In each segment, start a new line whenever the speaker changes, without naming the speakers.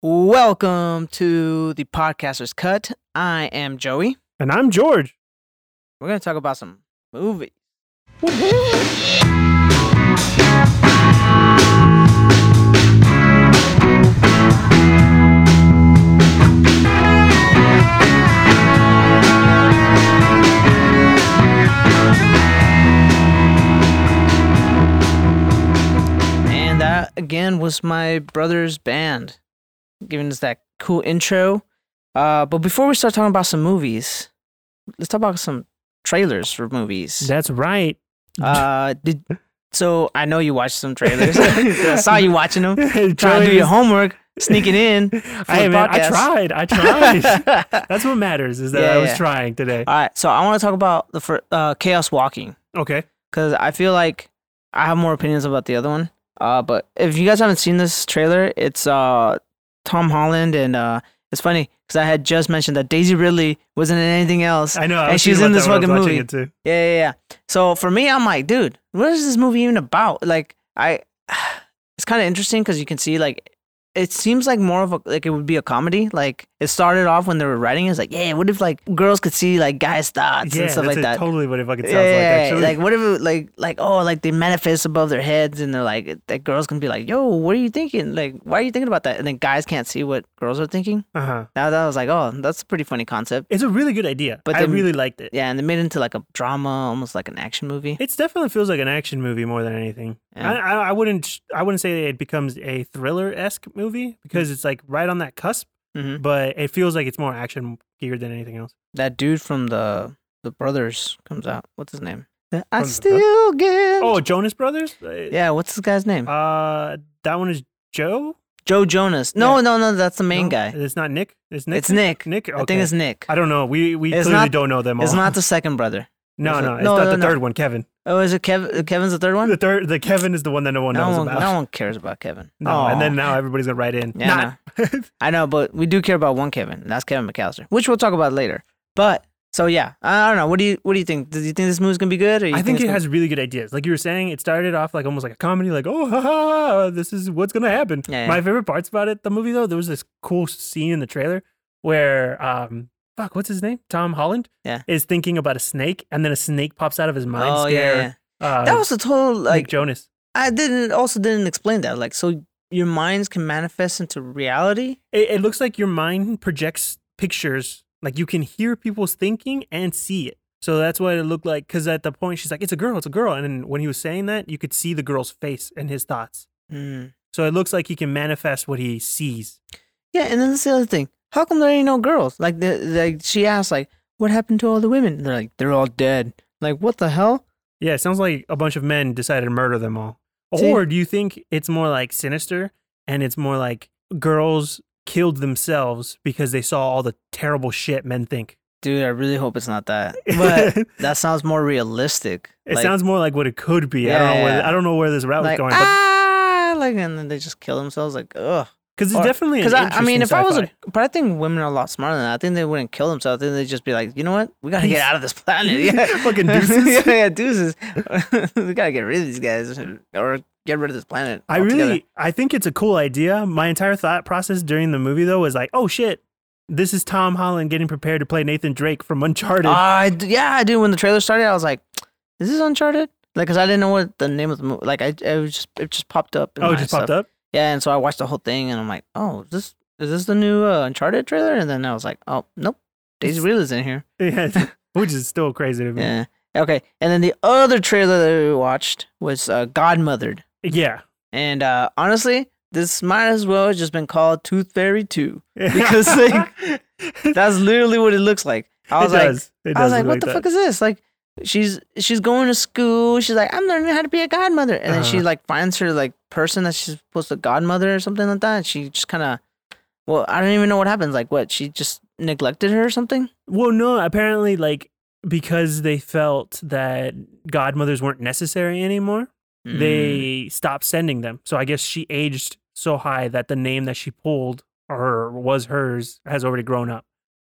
Welcome to the Podcaster's Cut. I am Joey.
And I'm George.
We're going to talk about some movies. And that, again, was my brother's band giving us that cool intro. Uh, but before we start talking about some movies, let's talk about some trailers for movies.
That's right.
Uh, did so? I know you watched some trailers. I saw you watching them.
Trying
Trying to do your homework, sneaking in. for
Hey,
the
man, I
podcast.
tried. I tried. That's what matters is that
Yeah,
I was
yeah.
trying today.
All right, so I want to talk about the fir- uh, chaos walking
Okay.
because I feel like I have more opinions about the other one. Uh, but if you guys haven't seen this trailer, it's uh Tom Holland and uh it's funny because I had just mentioned that Daisy Ridley wasn't in anything else.
I know. I
And
was
she's
thinking
in
about
this
that when I was
fucking
watching
movie.
It too.
Yeah, yeah, yeah. So for me, I'm like, dude, what is this movie even about? Like, I, it's kind of interesting because you can see like, it seems like more of a like it would be a comedy. Like it started off when they were writing, it's like, yeah, what if like girls could see like guys' thoughts
Yeah,
and stuff
that's
like
it,
that.
totally what it fucking sounds
yeah,
like,
yeah, yeah.
actually.
like what if it, like like oh like they manifest above their heads and they're like that girls can be like yo what are you thinking like why are you thinking about that and then guys can't see what girls are thinking
uh-huh.
now that was like oh that's a pretty funny concept
It's a really good idea.
But
But I
then-
really liked it.
yeah and they made it into like a drama almost like an action movie
It definitely feels like an action movie more than anything.
Yeah.
I, I, I wouldn't I wouldn't say it becomes a thriller esque movie because it's like right on that cusp,
Mhm.
but it feels like it's more action geared than anything else.
that dude from the the brothers comes out. What's his name? I
the-
still get.
Oh, Jonas Brothers? Uh,
yeah. What's this guy's name?
Uh, that one is Joe.
Joe Jonas. No, no, no. That's the main
No?
guy.
It's not Nick. It's Nick.
It's Nick.
Nick. Okay.
I think it's Nick.
I don't know. We we
It's
clearly
not-
don't know them all.
It's not the second brother.
no,
it's
no,
not-
it's
no,
not
no,
the
no.
third one. Kevin.
Oh, is it Kevin? Kevin's the third one.
The third. The Kevin is the one that no one
no
knows
one,
about.
no one cares about Kevin.
No, and then
Aw.
now everybody's gonna write in.
Yeah,
Not-
I know, but we do care about one Kevin, and that's Kevin McAllister, which we'll talk about later. But so yeah, I don't know. What do you What do you think? Do you think this movie's gonna be good? Or you
I think
it's
it
gonna-
has really good ideas. Like you were saying, it started off like almost like a comedy, like oh, ha, ha, ha, this is what's gonna happen.
Yeah, yeah.
My favorite parts about it, the movie though, there was this cool scene in the trailer where um, fuck, what's his name? Tom Holland.
Yeah.
Is thinking about a snake, and then a snake pops out of his mind.
Oh yeah,
scare.
yeah.
Uh,
That was a total like
Nick Jonas.
I didn't also didn't explain that. Like, so your minds can manifest into reality.
It, it looks like your mind projects pictures. Like you can hear people's thinking and see it. So that's what it looked like. Because at the point, she's like, "It's a girl, it's a girl," and then when he was saying that, you could see the girl's face and his thoughts.
Hmm.
So it looks like he can manifest what he sees.
Yeah, and then that's the other thing. How come there ain't no girls? Like, the, like she asked, like, what happened to all the women? They're like, they're all dead. Like, what the hell?
Yeah, it sounds like a bunch of men decided to murder them all.
See?
Or do you think it's more like sinister and it's more like girls killed themselves because they saw all the terrible shit men think?
Dude, I really hope it's not that. But that sounds more realistic.
it
Like-
sounds more like what it could be. I don't know. Where,
Yeah.
I don't know where this route
like
was going. but
ah, like, and then they just kill themselves. Like, ugh.
Because it's
Or-
definitely
Because
because
I, I mean, if I was a, but I think women are a lot smarter than that. I think they wouldn't kill themselves. I think they'd just be like, you know what, we gotta get
Peace.
out of this planet. Yeah.
Fucking deuces.
yeah, yeah, deuces. we gotta get rid of these guys or get rid of this planet.
I
altogether.
really, I think it's a cool idea. My entire thought process during the movie though was like, oh shit, this is Tom Holland getting prepared to play Nathan Drake from Uncharted.
Ah, I d- yeah, I do. When the trailer started, I was like, "Is this Uncharted?" Like, cause I didn't know what the name of the movie. Like, I it was just it just popped up. in
oh,
my
it just popped
stuff.
up.
Yeah, and so I watched the whole thing, and I'm like, "Oh, is this is this the new uh, Uncharted trailer?" And then I was like, "Oh, nope, Daisy Ridley's in here."
Yeah, which is still crazy to me. Yeah,
Yeah. Okay, and then the other trailer that we watched was uh, Godmothered, and uh, honestly, this might as well have just been called Tooth Fairy Two. Because, like, That's literally what it looks like. I was
it
like,
does. It
I was
does
like,
look
what the
that.
fuck is this? Like, she's she's going to school. She's like, I'm learning how to be a godmother, and then she
Uh-huh.
like finds her like person that she's supposed to godmother or something like that. And she just kind of, well, I don't even know what happens. Like, what she just neglected her or something.
Well, no, apparently, like because they felt that godmothers weren't necessary anymore,
Mm.
they stopped sending them. So I guess she aged so high that the name that she pulled or was hers has already grown up.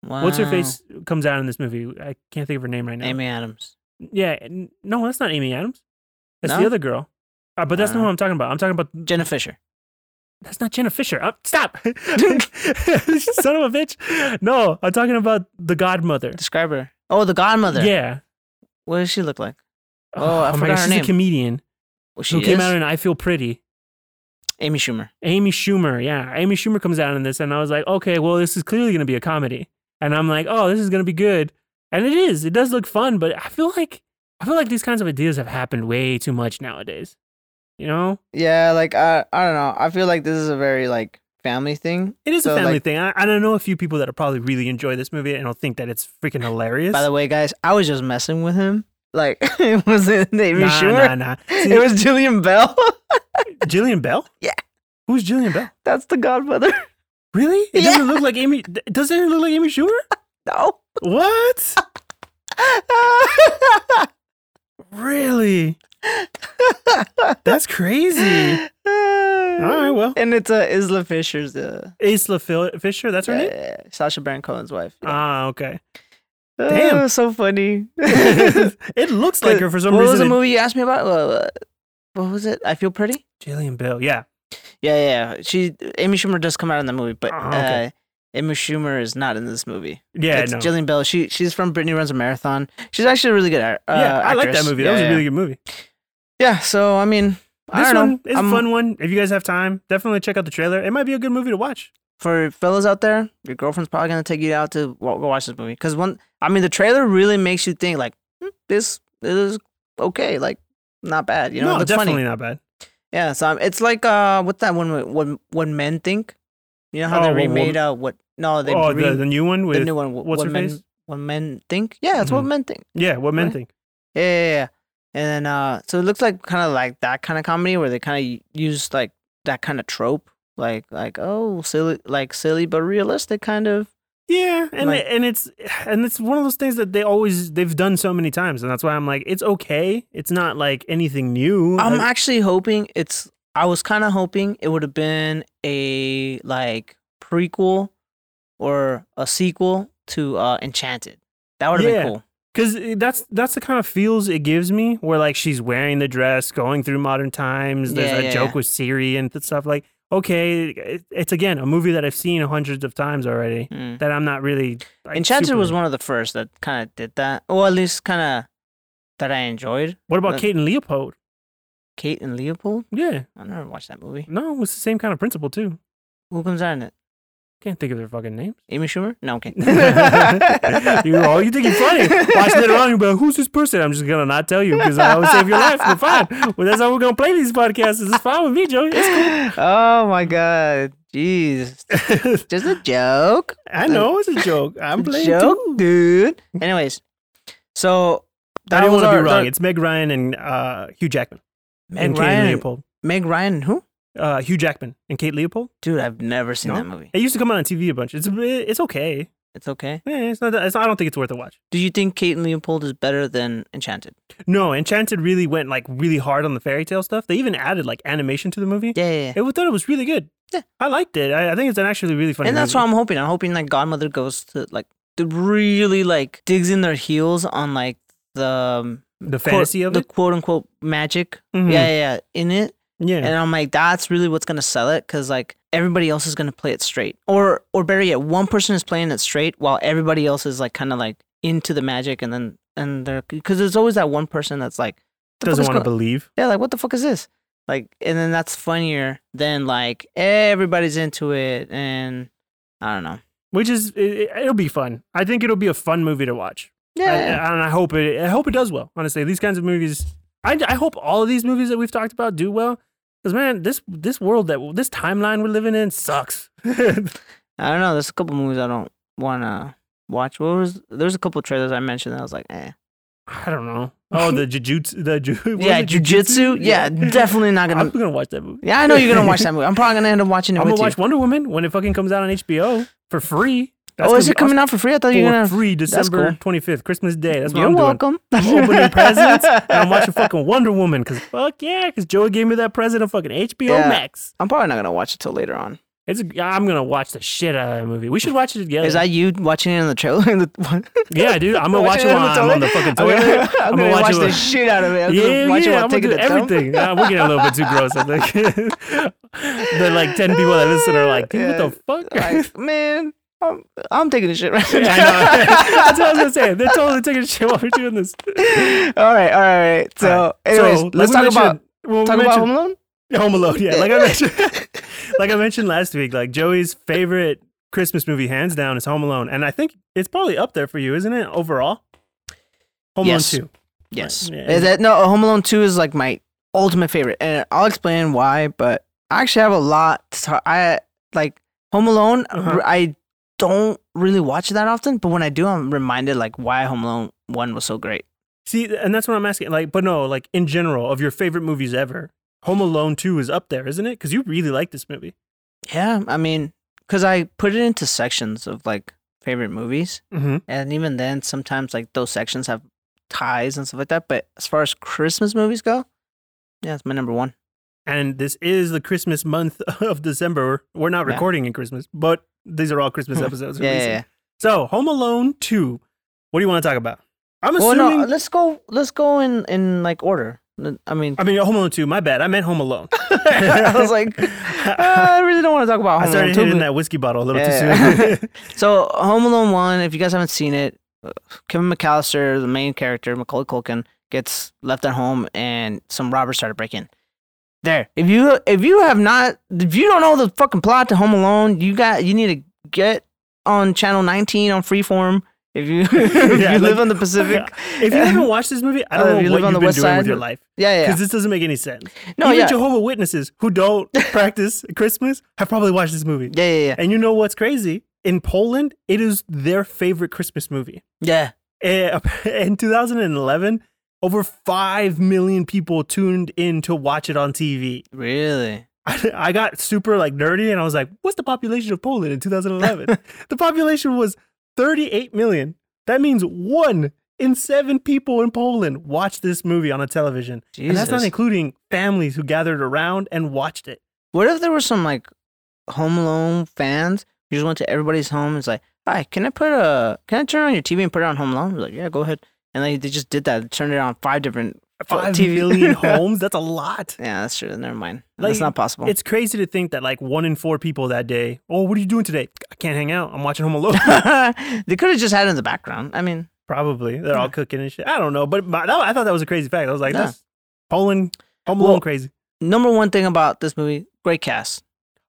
Mm,
What's her
wow.
face comes out in this movie? I can't think of her name right now.
Amy Adams.
Yeah, n- no, that's not Amy Adams. That's
No?
the other girl. Uh, but that's
Uh. Mm.
not what I'm talking about. I'm talking about
Jenna Fisher.
That's not Jenna Fisher. Uh, stop. Son of a bitch. No, I'm talking about the godmother.
Describe her. Oh, the godmother.
Yeah.
What does she look like? Oh, I forgot her
she's
name.
a comedian
Well, she
who came
is
out in I Feel Pretty.
Amy Schumer.
Amy Schumer, yeah. Amy Schumer comes out in this, and I was like, okay, well, this is clearly going to be a comedy. And I'm like, oh, this is going to be good. And it is. It does look fun, but I feel like I feel like these kinds of ideas have happened way too much nowadays. You know,
Yeah, like I, I don't know. I feel like this is a very like family thing.
it is
So,
a family
like-
thing. I, I don't know a few people that probably really enjoy this movie and don't think that it's freaking hilarious.
By the way, guys, I was just messing with him. Like it wasn't Amy
nah,
Schumer.
nah, nah.
It was Julian Bell.
Jillian Bell.
Yeah.
who's Jillian Bell?
That's the Godmother.
Really? It
Yeah.
doesn't look like Amy. th- Doesn't it look like Amy Schumer?
No.
What? Really? That's crazy. All right, well.
And it's uh, Isla Fisher's. Uh,
Isla Fil- Fisher, that's her
yeah,
name?
yeah, yeah, Sasha Baron Cohen's wife.
Ah, okay.
Oh,
damn.
it was so funny.
it looks like her for some
what was the
reason.
movie you asked me about? Uh, What was it? I Feel Pretty.
Jillian Bell, yeah.
Yeah, yeah. She Amy Schumer does come out in the movie, but
Ah, okay.
uh, Amy Schumer is not in this movie.
Yeah,
it's
no.
Jillian Bell. She she's from Brittany Runs a Marathon. She's actually a really good. ar- Uh,
yeah, I like that
actress.
movie.
Yeah,
that was
yeah.
a really good movie.
Yeah. So I mean, I
This
don't
one
know.
is
I'm-
a fun one. If you guys have time, definitely check out the trailer. It might be a good movie to watch.
for fellas out there. Your girlfriend's probably gonna take you out to wa- go watch this movie because one. I mean, the trailer really makes you think like hmm, this is okay, like not bad. Uh, You know,
no,
it looks
definitely
funny.
not bad.
Yeah. So um, it's like uh, what's that one? mo- When when men think. You know how
Oh,
they
What Women-
remade uh, what? No, they
oh,
re-
the, the new one with
the new one. wh-
what's
what
her
men,
face?
What men think? Yeah, that's what
Mhm.
men think.
yeah, what men
Right.
think.
Yeah, yeah, yeah. And then, uh, so it looks like kind of like that kind of comedy where they kind of use like that kind of trope, like like oh silly, like silly but realistic kind of.
Yeah, and
Like-
it- and it's and it's one of those things that they always they've done so many times, and that's why I'm like, it's okay. It's not like anything new.
I'm
Like,
actually hoping it's. I was kind of hoping it would have been a like prequel or a sequel to uh Enchanted. That would have
Yeah.
been cool.
Cause it- that's that's the kind of feels it gives me, where like she's wearing the dress, going through modern times. There's
Yeah,
a
yeah,
joke
yeah.
with Siri and th- stuff. Like, okay, it, it's again a movie that I've seen hundreds of times already.
Mm.
That I'm not really. Like,
Enchanted
super-
was one of the first that kind of did that, or at least kind of that I enjoyed.
What about
that-
Kate and Leopold?
Kate and Leopold.
Yeah,
I never watched that movie.
no, it's the same kind of principle too.
Who comes out in it?
Can't think of their fucking names.
Amy Schumer? No, okay.
you all you think you're funny. Watch later on, you'll be like, "Who's this person?" I'm just gonna not tell you because I would save your life. But fine, well, that's how we're gonna play these podcasts. It's fine with me, Joey. It's
oh my god, jeez,
cool.
just a joke.
I know it's a joke. I'm playing
joke,
too.
dude. Anyways, so
I
that
don't
was
want to
our-
be wrong.
that-
It's Meg Ryan and uh, Hugh Jackman. and
Meg
Kate
Ryan.
Leopold.
Meg Ryan, who?
Uh, Hugh Jackman and Kate Leopold.
Dude, I've never seen
No?
that movie.
It used to come out on TV a bunch. It's it's okay.
It's okay.
Yeah, it's not. that- It's, I don't think it's worth a watch.
Do you think Kate and Leopold is better than Enchanted?
No, Enchanted really went like really hard on the fairy tale stuff. They even added like animation to the movie.
Yeah, yeah, yeah.
It was, thought it was really good.
Yeah.
I liked it. I, I think it's an actually really funny.
and that's
movie.
what I'm hoping. I'm hoping like Godmother goes to like the really like digs in their heels on like the um,
the fantasy
quote,
of
the
it.
quote unquote magic.
Mhm.
Yeah, yeah, yeah, in it.
yeah.
And I'm like, that's really what's gonna sell it because like everybody else is gonna play it straight, or or better yet, one person is playing it straight while everybody else is like kind of like into the magic, and then and they're because there's always that one person that's like "The fuck
Doesn't
is
want to
go-"
believe.
yeah, like what the fuck is this? Like, and then that's funnier than like everybody's into it, and I don't know.
Which is it, it'll be fun. I think it'll be a fun movie to watch. I-
Yeah,
and I hope it. I hope it does well. Honestly, these kinds of movies. I, I hope all of these movies that we've talked about do well. Because man, this this world that this timeline we're living in sucks.
I don't know. There's a couple movies I don't wanna watch. What was there's a couple trailers I mentioned that I was like, eh.
I don't know. Oh, the jujutsu. The ju- what was
yeah,
it,
jujitsu. Yeah, definitely not
I'm
gonna.
gonna watch that movie.
Yeah, I know you're gonna watch that movie. I'm probably gonna end up watching it
I'm
with
gonna watch
you.
Wonder Woman when it fucking comes out on HBO for free. That's
oh,
gonna
is
be
it coming out for free? I thought you were
awesome.
gonna.
for free December
cool.
25th, Christmas Day? That's what
You're
I'm doing.
welcome.
I'm opening presents and I'm watching fucking Wonder Woman because fuck yeah, because Joey gave me that present on fucking HBO
Yeah.
Max.
I'm probably not gonna watch it till later on.
It's. I'm gonna watch the shit out of that movie. We should watch it together.
Is that you watching it in the trailer? In the,
yeah, dude. I'm gonna watch it
Watching
while I'm on the
toilet?
fucking
I'm
toilet.
gonna, I'm gonna watch,
it
the
while-
shit out of it. I'm
yeah,
gonna watch
yeah,
it while
I'm gonna
taking
do
the dump.
everything. Nah, we're getting a little bit too gross. I think. the like ten people that listen are like, dude, what the fuck?
Like, man, I'm, I'm taking the shit right
Yeah, I know. That's what I was gonna say. They're totally taking a shit while we're doing this.
all right, all right, all right. So,
Alright,
anyways,
like
let's
we
talk
mentioned-
about
well, we
talk about
mentioned-
Home Alone.
Home Alone. Yeah, like I mentioned, like I mentioned last week, like Joey's favorite Christmas movie, hands down, is Home Alone, and I think it's probably up there for you, isn't it? Overall, Home
Yes.
Alone Two.
Yes,
yeah.
is that no? Home Alone Two is like my ultimate favorite, and I'll explain why. But I actually have a lot. To talk. I like Home Alone.
Uh-huh.
I don't really watch it that often, but when I do, I'm reminded like why Home Alone One was so great.
See, and that's what I'm asking. Like, but no, like in general, of your favorite movies ever, Home Alone Two is up there, isn't it? Because you really like this movie.
Yeah, I mean, because I put it into sections of like favorite movies.
Mm-hmm.
And even then, sometimes like those sections have ties and stuff like that. But as far as Christmas movies go, yeah, it's my number one.
And this is the Christmas month of December. We're not
Yeah. Hmm.
recording in Christmas, but these are all Christmas episodes.
Yeah, yeah,
releasing.
yeah.
So, Home Alone Two. What do you want to talk about? I'm
Well,
assuming.
no, uh, let's go. Let's go in in like order. N- I mean,
I mean, Home Alone 2, my bad. I meant Home Alone.
I was like, uh, I really don't want to talk about Home
I
Alone
started
two.
hitting
but-
that whiskey bottle a little
Yeah.
too soon.
So Home Alone one, if you guys haven't seen it, uh, Kevin McAllister, the main character, Macaulay Culkin, gets left at home, and some robbers start to break in. There, if you if you have not, if you don't know the fucking plot to Home Alone, you got you need to get on channel 19 on Freeform. If you if
Yeah,
you live
like-
on the Pacific,
if you haven't watched this movie,
Uh,
I don't know
if you
what
live on
you've
the
been doing
West Side,
with your life.
yeah, yeah,
Because this doesn't make any sense.
no,
Even
yeah,
Jehovah Witnesses who don't practice Christmas have probably watched this movie.
yeah, yeah, yeah,
And you know what's crazy? In Poland, it is their favorite Christmas movie.
yeah.
Eh, In 2011, over 5 million people tuned in to watch it on TV.
Really?
I, I got super like nerdy and I was like, what's the population of Poland in 2011? the population was 38 million. That means one in seven people in Poland watched this movie on a television. And that's not
Jesus.
including families who gathered around and watched it.
What if there were some like Home Alone fans who just went to everybody's home and was like, "Hi, can I put a can I turn on your TV and put it on Home Alone?" We're like, "Yeah, go ahead." And they they just did that, They turned it on five different. Well,
Five
TV.
million homes. That's a lot.
Yeah, that's true. Never mind.
Like,
that's not possible.
It's crazy to think that like one in four people that day, oh, what are you doing today? I can't hang out. I'm watching Home Alone.
they could have just had it in the background. I mean,
Probably. They're all
Yeah.
cooking and shit. I don't know. But my, that, I thought that was a crazy fact. I was like,
Yeah.
that's Poland, Home Alone
Well,
crazy.
number one thing about this movie, great cast.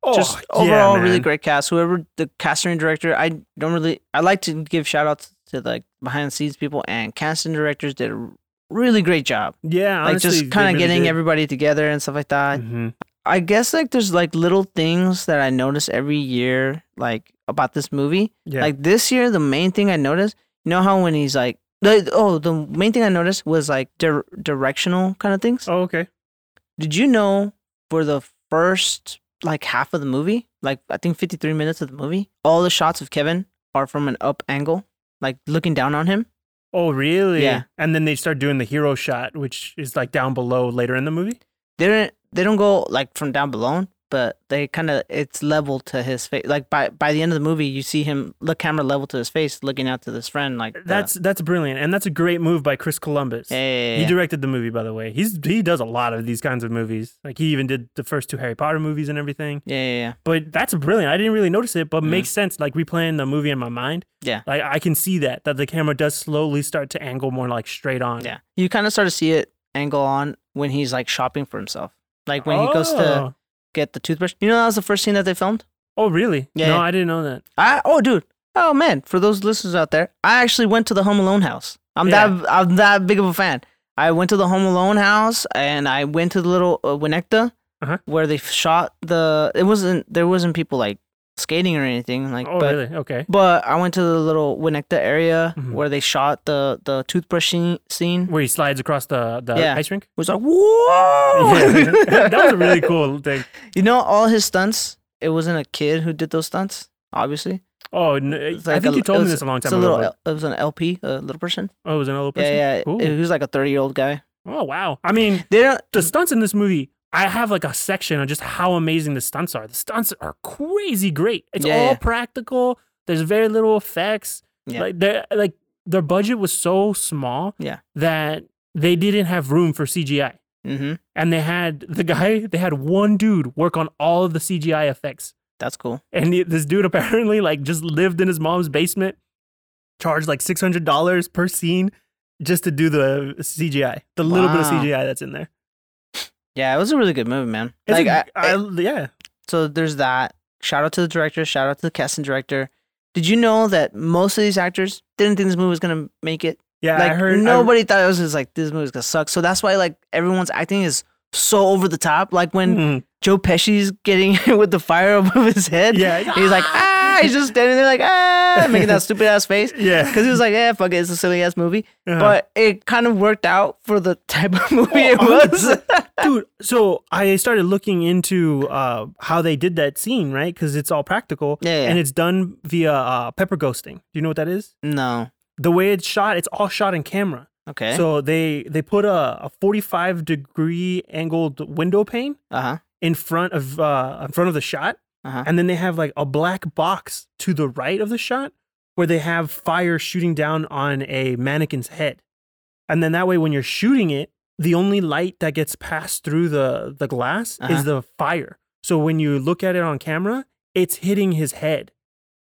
Oh,
just
yeah,
overall really
man.
great cast. Whoever the casting director, I don't really I like to give shout outs to like behind the scenes people and casting directors did a really great job.
Yeah,
like just kind of getting everybody together and stuff like that.
hmm
I guess like there's like little things that I notice every year, like about this movie.
Yeah,
Like this year, the main thing I noticed, you know how when he's like, the, oh, the main thing I noticed was like dir- directional kind of things.
oh, okay.
Did you know for the first like half of the movie, like I think 53 minutes of the movie, all the shots of Kevin are from an up angle, like looking down on him.
Oh, really?
Yeah.
And then they start doing the hero shot, which is like down below later in the movie.
they don't they don't go like from down below, but they kind of it's level to his face. Like by by the end of the movie, you see him the camera level to his face, looking out to this friend. Like the-
That's that's brilliant, and that's a great move by Chris Columbus.
yeah, yeah, yeah,
He
yeah.
directed the movie, by the way. He's he does a lot of these kinds of movies. Like he even did the first two Harry Potter movies and everything.
yeah, yeah, yeah.
But that's brilliant. I didn't really notice it, but
Mhm.
makes sense. Like replaying the movie in my mind.
Yeah.
Like I can see that that the camera does slowly start to angle more like straight on.
Yeah. You kind of start to see it angle on when he's like shopping for himself, like when he goes to
Oh.
get the toothbrush. You know that was the first scene that they filmed.
Oh really?
Yeah,
No,
yeah.
I didn't know that.
I oh dude, oh man, for those listeners out there, I actually went to the Home Alone house. I'm
Yeah.
that I'm that big of a fan. I went to the Home Alone house and I went to the little uh, Winnetka
Uh-huh.
where they shot the. It wasn't there wasn't people like skating or anything like.
Oh
but,
really? Okay.
But I went to the little Winnetka area
Mhm.
where they shot the the toothbrushing scene.
where he slides across the, the
Yeah.
ice rink.
It was like whoa,
that was a really cool thing.
You know all his stunts. It wasn't a kid who did those stunts, obviously.
Oh, n-
It's
I
like
think
a-
you told
it
me
was-
this a long
It's
time
a
ago.
little.
but-
L- It was an LP, a little person.
oh, it was another person.
Yeah, yeah.
Cool.
He was like a 30 year old guy.
Oh wow. I mean,
They don't.
the stunts in this movie, I have like a section on just how amazing the stunts are. The stunts are crazy great. It's
Yeah,
all
yeah.
practical. There's very little effects.
Yeah.
Like they like their budget was so small
Yeah.
that they didn't have room for CGI.
Mm-hmm.
And they had the guy, they had one dude work on all of the CGI effects.
That's cool.
And he- this dude apparently like just lived in his mom's basement, charged like six hundred dollars per scene just to do the CGI, the little bit of
Wow.
CGI that's in there.
Yeah, it was a really good movie, man.
It's
like,
a-
I- I-
I- yeah,
so there's that. Shout out to the director. Shout out to the casting director. Did you know that most of these actors didn't think this movie was gonna make it?
yeah.
like
I heard I-
nobody thought it was just like this movie's gonna suck. So that's why like everyone's acting is so over the top. Like when
Mhm.
Joe Pesci's getting hit with the fire above his head.
Yeah.
He's like, ah, he's just standing there like, ah, making that stupid ass face.
yeah,
Because he was like, yeah, fuck it, it's a silly ass movie.
Uh-huh.
But it kind of worked out for the type of movie
Oh,
it was.
100%. dude. So I started looking into uh, how they did that scene, right? Because it's all practical,
Yeah, yeah.
and it's done via uh, pepper ghosting. Do you know what that is?
no.
The way it's shot, it's all shot in camera.
Okay.
So they they put a, a 45 degree angled window pane
uh huh.
in front of uh, in front of the shot,
Uh-huh.
and then they have like a black box to the right of the shot where they have fire shooting down on a mannequin's head, and then that way when you're shooting it, the only light that gets passed through the the glass
Uh-huh.
is the fire. So when you look at it on camera, it's hitting his head.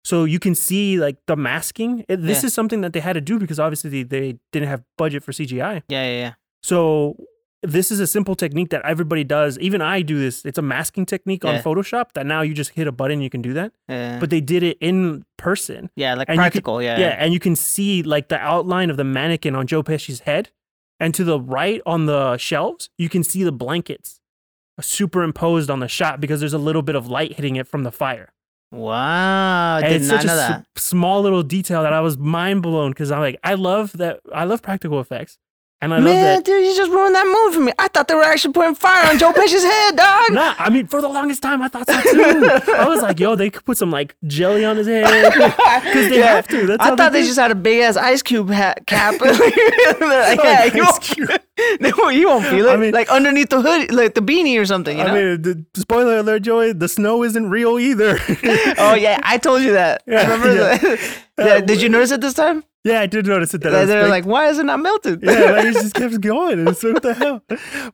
So you can see like the masking. It- this
Yeah.
is something that they had to do because obviously they, they didn't have budget for CGI.
Yeah, yeah, yeah.
So this is a simple technique that everybody does. Even I do this. It's a masking technique on
Yeah.
Photoshop that now you just hit a button, you can do that.
Yeah,
But they did it in person.
yeah like
and you could-
practical. yeah,
Yeah. and you can see like the outline of the mannequin on Joe Pesci's head. And to the right on the shelves, you can see the blankets superimposed on the shot because there's a little bit of light hitting it from the fire.
Wow. I
And
did
it's
not
such
know
a s-
that.
small little detail that I was mind blown because I'm like, I love that. I love practical effects. And I love that
Man, dude, you just ruined that movie for me. I thought they were actually putting fire on Joe Pesci's head, dog.
Nah, I mean, for the longest time, I thought so too. I was like, yo, they could put some like jelly on his head. Because they have to.
I
That's how
thought they
they do it.
just had a big ass ice cube hat, cap. They're like, yeah, you,
ice
won't, they won't- you won't feel it.
I mean-
like underneath the hood, like the beanie or something, you know?
I mean, the, spoiler alert, Joey, the snow isn't real either.
oh, yeah, I told you that.
Yeah,
Remember
yeah.
that? Yeah, did you notice it this time?
yeah, I did notice it. That I
That
was
They're like, why is it not melted?
yeah, like it just kept going. And it's like, what the hell?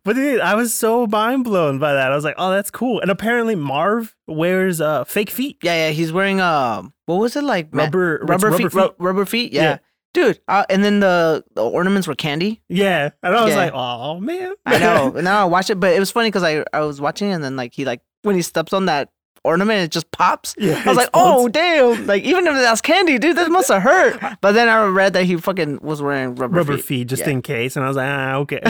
But dude, I was so mind blown by that. I was like, oh, that's cool. And apparently, Marv wears uh, fake feet.
Yeah, yeah. He's wearing um, what was it like? ma-
Rubber- it's
rubber,
rubber
feet,
feet.
ru- rubber feet. Yeah,
Yeah.
dude. Uh, and then the, the ornaments were candy.
Yeah. And I was
Yeah.
like, oh, man.
I know. now I watch it, but it was funny because I I was watching and then like he like when he steps on that ornament, it just pops.
yeah,
I was like, oh damn! Like even if that's candy, dude, that must have hurt. But then I read that he fucking was wearing rubber,
rubber feet,
feet.
just
Yeah.
in case. And I was like, ah, okay.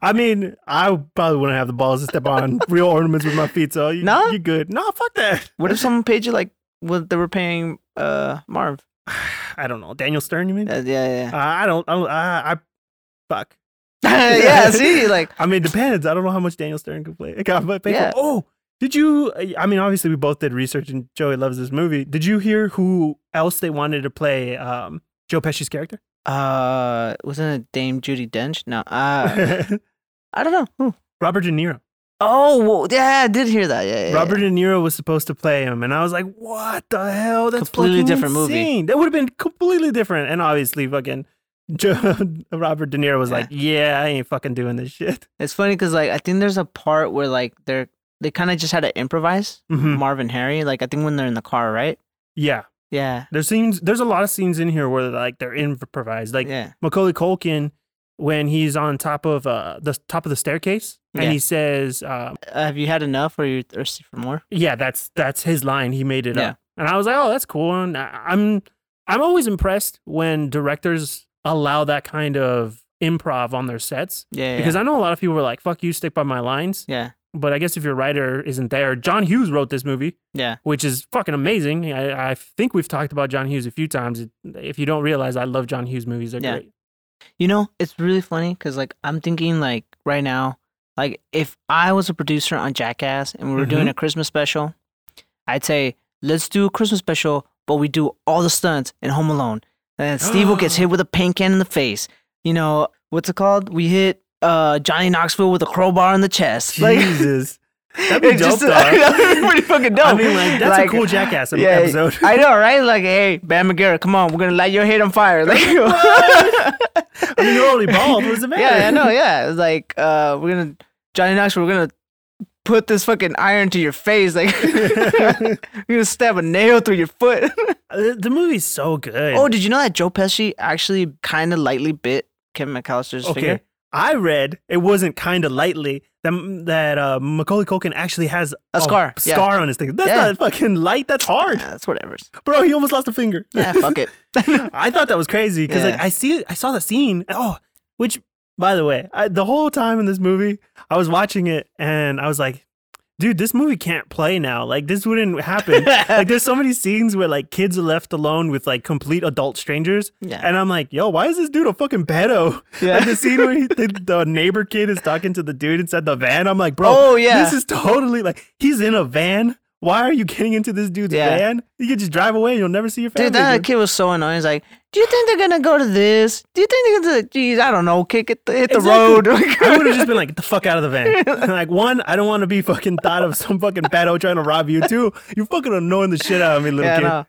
I mean, I probably wouldn't have the balls to step on real ornaments with my feet. So you,
No?
you good. No, fuck that.
What if someone paid you like what they were paying uh Marv?
I don't know. Daniel Stern, you mean?
Uh, yeah,
Uh, I don't, I, don't uh, I, fuck.
yeah, yeah. See, like
I mean, it depends. I don't know how much Daniel Stern could play. Got my
Yeah.
Oh, did you? I mean, obviously, we both did research and Joey loves this movie. Did you hear who else they wanted to play um, Joe Pesci's character?
uh, wasn't it Dame Judy Dench? No, uh, I don't know. Who?
Robert De Niro.
Oh, whoa, yeah, I did hear that. Yeah, yeah, yeah.
Robert De Niro was supposed to play him, and I was like, "What the hell? That's
Completely
fucking
different movie.
insane. That would have been completely different." And obviously, fucking Joe, Robert De Niro was
Yeah.
like, "Yeah, I ain't fucking doing this shit."
It's funny because like I think there's a part where like they're they kind of just had to improvise.
Mhm.
Marv and Harry, like I think when they're in the car, right?
Yeah,
Yeah,
there's scenes. There's a lot of scenes in here where like they're improvised. Like
yeah,
Macaulay Culkin when he's on top of uh, the top of the staircase, and
Yeah.
he says, um,
uh, have you had enough, or you're thirsty for more?
yeah, that's that's his line. He made it
Yeah.
up, and I was like, oh, that's cool. And I- I'm I'm always impressed when directors allow that kind of improv on their sets
Yeah, yeah,
because I know a lot of people were like, "Fuck you, stick by my lines."
yeah,
But I guess if your writer isn't there, John Hughes wrote this movie,
yeah,
which is fucking amazing. I, I think we've talked about John Hughes a few times. If you don't realize, I love John Hughes movies. They're
Yeah.
great.
You know, it's really funny because like I'm thinking like right now, like if I was a producer on Jackass and we were
Mm-hmm.
doing a Christmas special, I'd say let's do a Christmas special, but we do all the stunts in Home Alone. And Steve will gets hit with a paint can in the face. You know what's it called? We hit uh, Johnny Knoxville with a crowbar in the chest. Like,
Jesus. That'd be
it's
dope,
just-
though.
that'd be pretty fucking dope.
I mean, like, that's
Like,
a cool Jackass
yeah,
episode.
I know, right? Like, hey, Bam McGarrett, come on, we're gonna light your head on fire. Like,
I mean, you're already
Oh,
bald. What does it matter?
yeah, I know, yeah. It's Like, uh, we're gonna Johnny Knoxville, we're gonna put this fucking iron to your face. Like, we're gonna stab a nail through your foot.
Uh, The, the movie's so good.
oh, did you know that Joe Pesci actually kind of lightly bit Kevin McAllister's
okay.
finger?
I read it wasn't kind of lightly that that uh, Macaulay Culkin actually has
A scar, yeah.
scar on his thing. That's
Yeah.
not fucking light. That's hard,
Yeah, that's whatever's.
bro. He almost lost a finger.
Yeah, fuck it.
I thought that was crazy because like
Yeah.
I see, I saw the scene. Oh, which by the way, I, the whole time in this movie, I was watching it and I was like, dude, this movie can't play now. Like this wouldn't happen. like there's so many scenes where like kids are left alone with like complete adult strangers,
Yeah.
and I'm like, yo, why is this dude a fucking pedo?
Yeah.
Like the scene where he, the, the neighbor kid is talking to the dude inside the van. I'm like, bro,
Oh, yeah.
this is totally like he's in a van. Why are you getting into this dude's
Yeah.
van? You can just drive away. You'll never see your family.
Dude, that
again.
kid was so annoying. He's like, "Do you think they're gonna go to this? Do you think they're gonna, geez, I don't know, kick it, hit the road?"
I would have just been like, get the fuck out of the van. like, one, I don't want to be fucking thought of some fucking pedo trying to rob you. Two, you fucking annoying the shit out of me, little
yeah,
kid.
no.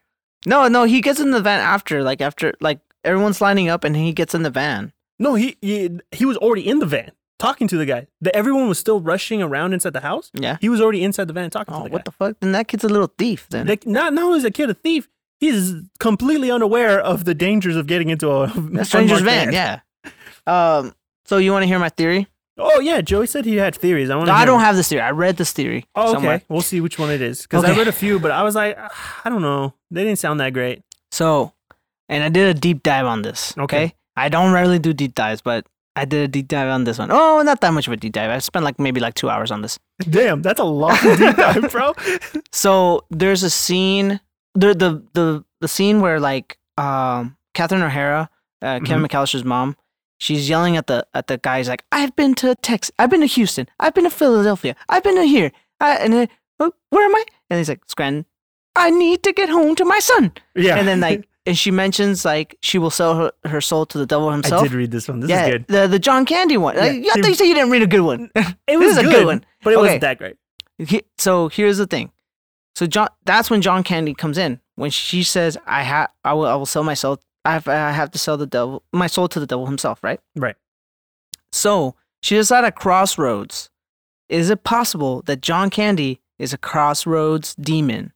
no, no, he gets in the van after, like after, like everyone's lining up, and he gets in the van.
No, he, he he was already in the van talking to the guy. The, everyone was still rushing around inside the house.
Yeah.
He was already inside the van talking
Oh,
to the
what
guy.
the fuck? Then that kid's a little thief. Then
The, not, not only is the kid a thief, he's completely unaware of the dangers of getting into a
a stranger's
unmarked
van. Yeah. Um. So you want to hear my theory?
Oh, yeah. Joey said he had theories. I, wanna
No, I
hear
don't
them.
have this theory. I read this theory.
Oh, okay.
somewhere.
We'll see which one it is. Because I
Okay.
read a few, but I was like, "Ah, I don't know. They didn't sound that great.
So, and I did a deep dive on this.
Okay.
Okay. I don't rarely do deep dives, but I did a deep dive on this one. Oh, not that much of a deep dive. I spent like maybe like two hours on this.
Damn, that's a long deep dive, bro.
So there's a scene, the the the, the scene where like um Catherine O'Hara, uh, Kevin
Mm-hmm.
McAllister's mom, she's yelling at the at the guys like, I've been to Texas, I've been to Houston, I've been to Philadelphia, I've been to here, I, and then, "Oh, where am I? And he's like, Scranton. I need to get home to my son.
Yeah.
And then like, and she mentions like she will sell her, her soul to the devil
I
himself.
did read this one. This
yeah,
is good.
the the John Candy one. Like,
Yeah.
I thought you said you didn't read a good one.
It
was a good one.
but it
Okay.
wasn't that great.
he, so here's the thing. So John, that's when John Candy comes in when she says, "I have, I will, I will sell myself. I have, I have to sell the devil, my soul to the devil himself." Right.
Right.
So she is at a crossroads. Is it possible that John Candy is a crossroads demon?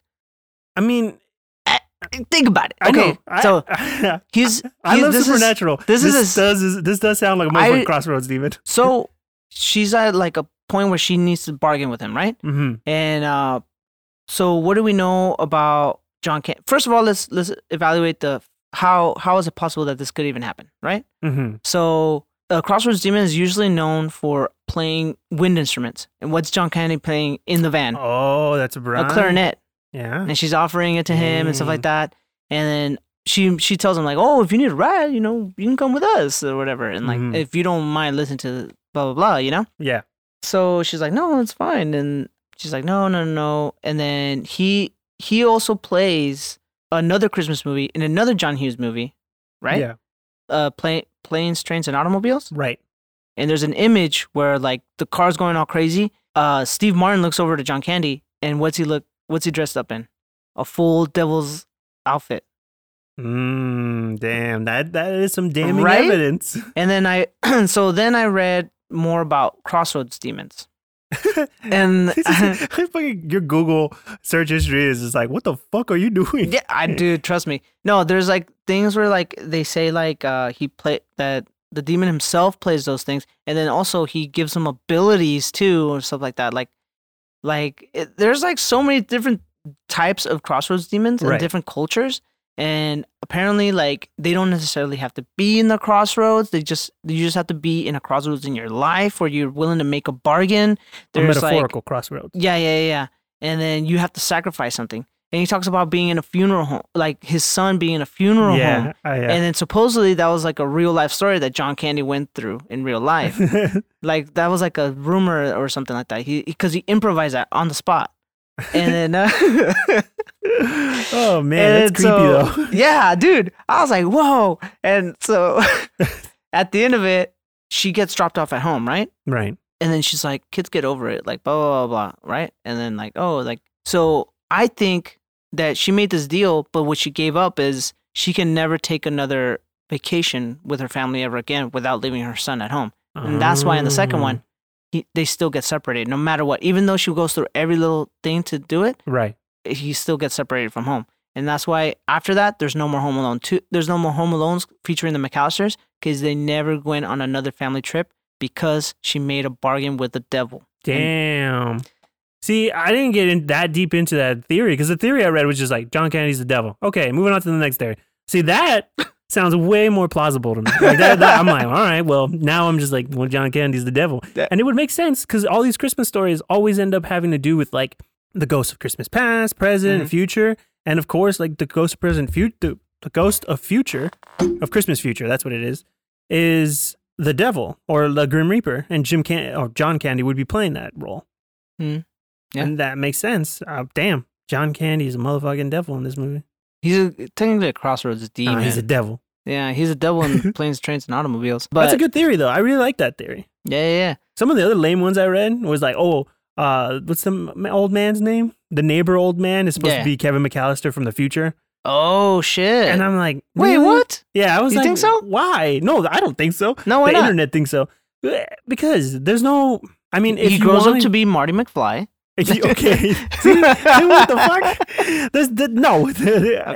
I mean,
Think about it.
I
okay.
know. I,
so
I,
he's. he-
love
this is-
Supernatural.
this is a-
does is, this does sound like a
I-
motherfucking crossroads demon.
so she's at like a point where she needs to bargain with him, right?
Mm-hmm.
And uh, so, what do we know about John Candy? First of all, let's let's evaluate the how how is it possible that this could even happen, right?
Mm-hmm.
So, uh, Crossroads Demon is usually known for playing wind instruments, and what's John Candy playing in the van?
Oh, that's right.
A clarinet,
Yeah.
and she's offering it to him and stuff
Mm.
like that, and then. She she tells him like, oh, if you need a ride, you know, you can come with us or whatever, and like
Mhm.
if you don't mind, listen to blah blah blah, you know.
Yeah.
So she's like, no, it's fine. And she's like, no, no, no. And then he he also plays another Christmas movie in another John Hughes movie, right?
Yeah.
Uh, plane, planes, trains, and automobiles.
Right.
And there's an image where like the car's going all crazy. Uh, Steve Martin looks over to John Candy, and what's he look? What's he dressed up in? A full devil's outfit.
Mm, damn. That that is some damning
Right?
evidence.
And then I, so then I read more about Crossroads demons. And
This is- fucking your Google search history is just like, what the fuck are you doing?
Yeah, I do. Trust me. No, there's like things where like they say like uh he play that the demon himself plays those things, and then also he gives him abilities too or stuff like that. Like, like it, there's like so many different types of crossroads demons in
Right.
different cultures, and apparently like they don't necessarily have to be in the crossroads. They just you just have to be in a crossroads in your life where you're willing to make a bargain.
A
There's like
metaphorical crossroads.
yeah, yeah, yeah, yeah. And then you have to sacrifice something. And he talks about being in a funeral home, like his son being in a funeral home.
Yeah. I- yeah.
And then supposedly that was like a real life story that John Candy went through in real life. like that was like a rumor or something like that. He because he improvised that on the spot. And then uh,
oh man,
And
that's creepy
so-
though.
yeah, dude, I was like, whoa. And so at the end of it, she gets dropped off at home, right?
Right.
And then she's like, kids get over it, like blah, blah, blah, blah, right? And then, like, oh, like, so I think that she made this deal, but what she gave up is she can never take another vacation with her family ever again without leaving her son at home. And that's why in the second
Oh.
one, he, they still get separated no matter what. Even though she goes through every little thing to do it,
Right.
he still gets separated from home. And that's why after that, there's no more Home Alone 2. There's no more Home Alones featuring the McAllisters because they never went on another family trip because she made a bargain with the devil.
Damn. See, I didn't get in that deep into that theory because the theory I read was just like John Kennedy's the devil. Okay, moving on to the next theory. See, that sounds way more plausible to me. Like, that- that- I'm like, all right, well, now I'm just like, well, John Kennedy's the devil,
That-
and it would make sense because all these Christmas stories always end up having to do with like the ghosts of Christmas past, present, and future, and of course, like the ghost of present, future, the, the ghost of future, of Christmas future. That's what it is. Is the devil or the Grim Reaper, and Jim Can- or John Candy would be playing that role.
Hmm. Yeah.
And that makes sense. Uh, damn, John Candy is a motherfucking devil in this movie.
He's a, technically a crossroads demon.
Nah, Oh, he's a devil.
yeah, he's a devil in planes, trains, and automobiles. But
That's a good theory, though. I really like that theory.
yeah, yeah, yeah.
Some of the other lame ones I read was like, oh, uh, what's the m- old man's name? The neighbor old man is supposed
Yeah.
to be Kevin McAllister from the future.
Oh shit!
And um, I'm like,
Wait,
really?
what?
Yeah, I was
You
like,
think so?
Why? No, I don't think so.
No, why
the
not?
internet thinks so. Uh, Because there's no. I mean, if
he
you
grows up
wanted-
to be Marty McFly.
If you- okay. See, what the fuck? There's, the, no,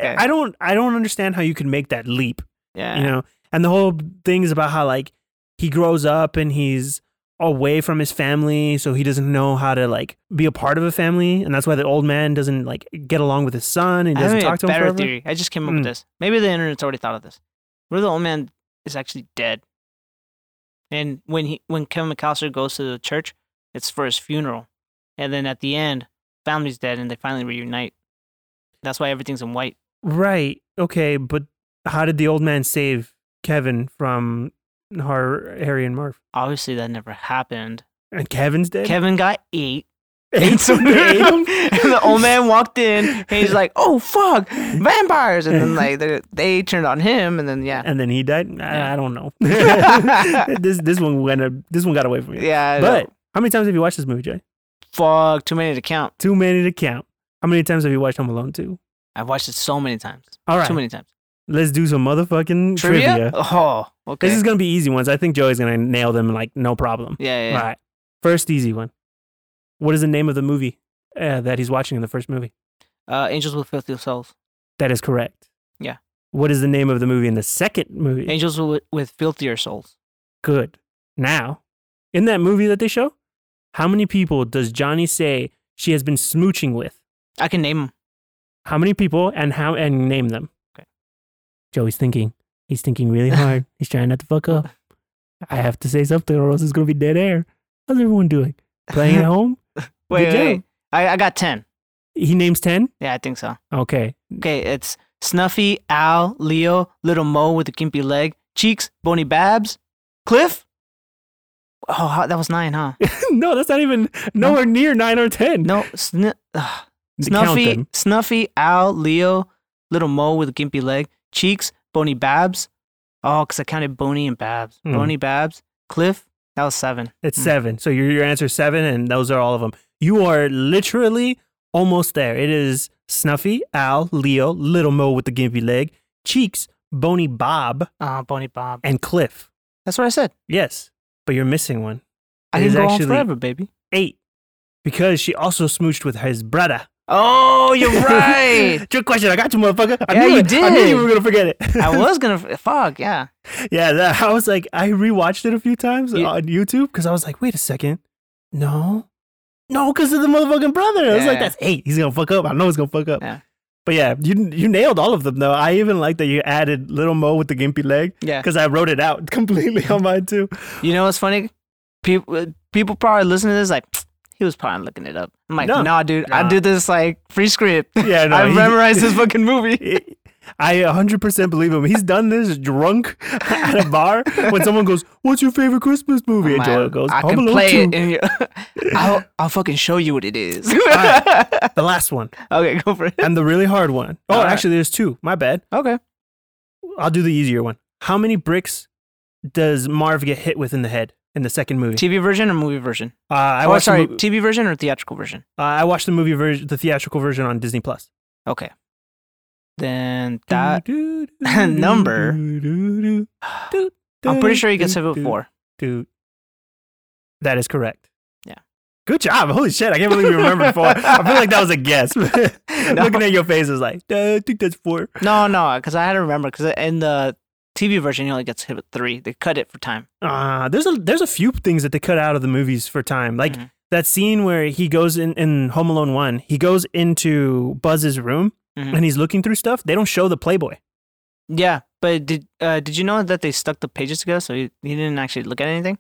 I don't. I don't understand how you can make that leap.
Yeah.
You know, and the whole thing is about how like he grows up and he's away from his family, so he doesn't know how to like be a part of a family, and that's why the old man doesn't like get along with his son and
I have
doesn't talk
a
to him
better
forever.
theory. I just came up
Mm.
with this. Maybe the internet's already thought of this. Where the old man is actually dead, and when he when Kevin McAllister goes to the church, it's for his funeral, and then at the end, family's dead, and they finally reunite. That's why everything's in white.
Right. Okay, but how did the old man save Kevin from Har- Harry and Marv?
Obviously, that never happened.
And Kevin's dead.
Kevin got ate.
Ate him? Ate him?
and the old man walked in, and he's like, "Oh fuck, vampires!" And then like they, they turned on him, and then yeah,
and then he died. I, I don't know. this this one went. A, this one got away from me.
yeah. I
but
know.
how many times have you watched this movie, Jay?
fuck, too many to count.
Too many to count. How many times have you watched Home Alone two?
I've watched it so many times.
All right,
Too many times.
let's do some motherfucking trivia.
Trivia? Oh, okay.
This is gonna be easy ones. I think Joey's gonna nail them like no problem.
yeah, yeah.
All right, first easy one. What is the name of the movie uh, that he's watching in the first movie?
yeah. Uh, Angels with Filthy Souls.
That is correct.
Yeah.
What is the name of the movie in the second movie?
Angels with, with Filthier Souls.
good. Now, in that movie that they show, how many people does Johnny say she has been smooching with?
I can name them.
How many people and how and name them?
Okay.
Joey's thinking. He's thinking really hard. He's trying not to fuck up. I have to say something or else it's gonna be dead air. How's everyone doing? Playing at home?
Wait, wait,
Good job.
wait. I, I got 10.
He names ten?
Yeah, I think so.
Okay.
Okay, it's Snuffy, Al, Leo, Little Mo with the gimpy leg, Cheeks, Bony Babs, Cliff. Oh, how- that was nine, huh?
no, that's not even nowhere near nine or ten.
No, sn- ugh.
Count
Snuffy,
them.
Snuffy, Al, Leo, Little Mo with the gimpy leg, Cheeks, Bony Babs. Oh, because I counted Bony and Babs.
Mm.
Bony Babs, Cliff. That was seven.
It's
Mm.
seven. So your your answer is seven, and those are all of them. You are literally almost there. It is Snuffy, Al, Leo, Little Mo with the gimpy leg, Cheeks, Bony Bob,
Ah, Bony Bob.
and Cliff.
That's what I said.
Yes, but you're missing one.
I
It
can
is
go
actually-
on forever, baby.
Eight, because she also smooched with his brother.
Oh, you're right.
Trick question. I got you, motherfucker. I
Yeah,
knew
you
it. I knew
did.
you were gonna forget it.
I was gonna f- fuck yeah.
yeah, that, I was like, I rewatched it a few times
You-
on YouTube because I was like, wait a second, no, no, because of the motherfucking brother. I was
Yeah,
like,
yeah.
that's eight. He's gonna fuck up. I know he's gonna fuck up.
Yeah.
But yeah, you you nailed all of them though. I even like that you added little Mo with the gimpy leg
Yeah.
because I wrote it out completely on mine too.
You know what's funny? People, people probably listening to this like he was probably looking it up. I'm like,
No.
nah, dude. I
Nah.
did this like free script.
Yeah, no,
I
he-
memorized this fucking movie.
I 100% believe him. He's done this drunk at a bar when someone goes, "What's your favorite Christmas movie?" and
Man,
Joel goes,
uh, I
"Home
can
Alone
play
2."
it. In your, I'll, I'll fucking show you what it is.
right. The last one
okay, go for it.
and the really hard one. Oh,
All right.
actually, there's two. My bad.
Okay.
I'll do the easier one. How many bricks does Marv get hit with in the head in the second movie?
TV version or movie version?
Uh, I
oh,
watched.
sorry,
The mo-
TV version or theatrical version?
uh, I watched the movie version, the theatrical version on Disney Plus.
Okay. Then that number-
number.
I'm pretty sure you can save it four.
Dude, that is correct.
Yeah.
Good job. Holy shit. I can't believe you remembered four. I feel like that was a guess. Looking at your face is like, "Uh, I think that's four.
No, no, because I had to remember because in the TV version you only gets hit with three. They cut it for time.
Uh, there's a there's a few things that they cut out of the movies for time. Like
Mhm.
that scene where he goes in, in Home Alone 1, he goes into Buzz's room
Mhm.
and he's looking through stuff. They don't show the Playboy.
Yeah, but did uh, did you know that they stuck the pages together so he, he didn't actually look at anything?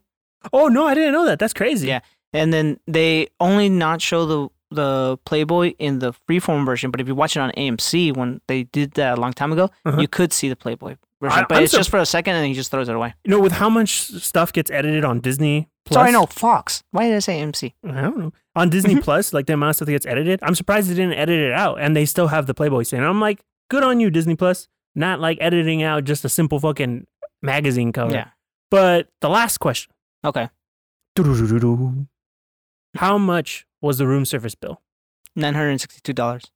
Oh, no, I didn't know that. That's crazy.
Yeah. And then they only not show the the Playboy in the freeform version, but if you watch it on AMC when they did that a long time ago,
Uh-huh.
you could see the Playboy version.
I-
but
I'm
it's
sup-
just for a second and he just throws it away.
You know, with how much stuff gets edited on Disney Plus.
Sorry, no, Fox. Why did I say AMC?
I don't know. On Disney Plus, like the amount of stuff that gets edited, I'm surprised they didn't edit it out and they still have the Playboy scene. I'm like, good on you, Disney Plus, not like editing out just a simple fucking magazine cover.
Yeah.
But the last question
Okay.
Doo-doo-doo-doo-doo. How much was the room service bill?
Nine hundred and sixty two dollars.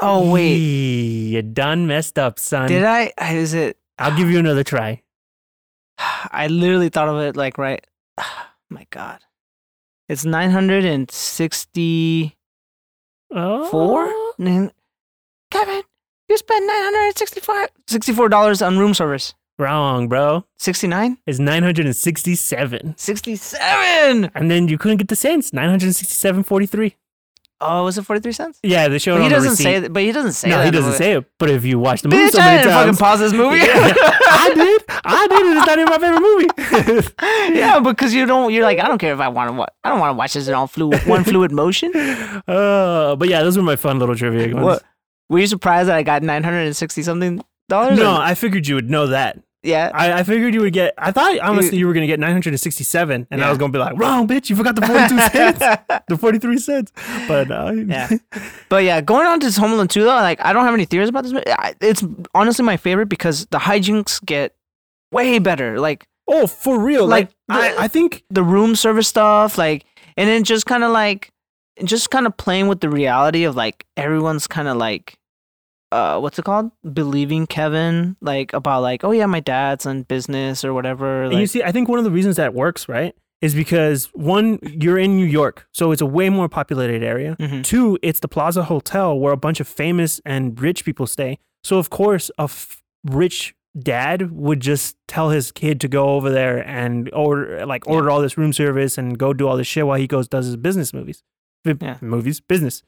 Oh wait.
Yee, you done messed up, son.
Did I is it
I'll give you another try.
I literally thought of it like right. My God, it's nine hundred and sixty-four.
Oh.
Nin- Kevin, you spent nine hundred and sixty-five, sixty-four dollars on room service.
Wrong, bro.
Sixty-nine,
It's 967.
sixty-seven.
And then you couldn't get the cents. 967.43.
Oh, was it forty-three cents?
Yeah, they show it
He
on the
doesn't
receipt.
say that, but he doesn't say
no,
that.
he doesn't say it. But if you watch the movie
Bitch,
so
I
many
didn't fucking
times,
pause this movie.
Yeah. I did, I did, and it's not even my favorite movie.
yeah, because you don't. You're like, I don't care if I want to watch. I don't want to watch this in all fluid, one fluid motion.
uh, but yeah, those were my fun little trivia ones.
What? Were you surprised that I got nine hundred and sixty something dollars?
No, I figured you would know that.
Yeah.
I, I figured you would get. I thought honestly you, were gonna get 967, and I
Yeah.
was gonna be like, wrong, bitch. You forgot the 42 cents, the 43 cents. But uh,
Yeah. But yeah, going on to this Home Alone 2 though, like I don't have any theories about this movie. I- It's honestly my favorite because the hijinks get way better. Like
oh, for real. Like,
Like, the-
I, I think
the room service stuff, like and then just kind of like just kind of playing with the reality of like everyone's kind of like uh what's it called? Believing Kevin like about like oh yeah, my dad's in business or whatever.
And you
Like,
see, I think one of the reasons that works, right, is because one, you're in New York, so it's a way more populated area.
Mhm.
Two, it's the Plaza Hotel where a bunch of famous and rich people stay. So of course, a f- rich dad would just tell his kid to go over there and order, like, order all this room service and go do all this shit while he goes does his business movies, Vi-
Yeah.
movies, business.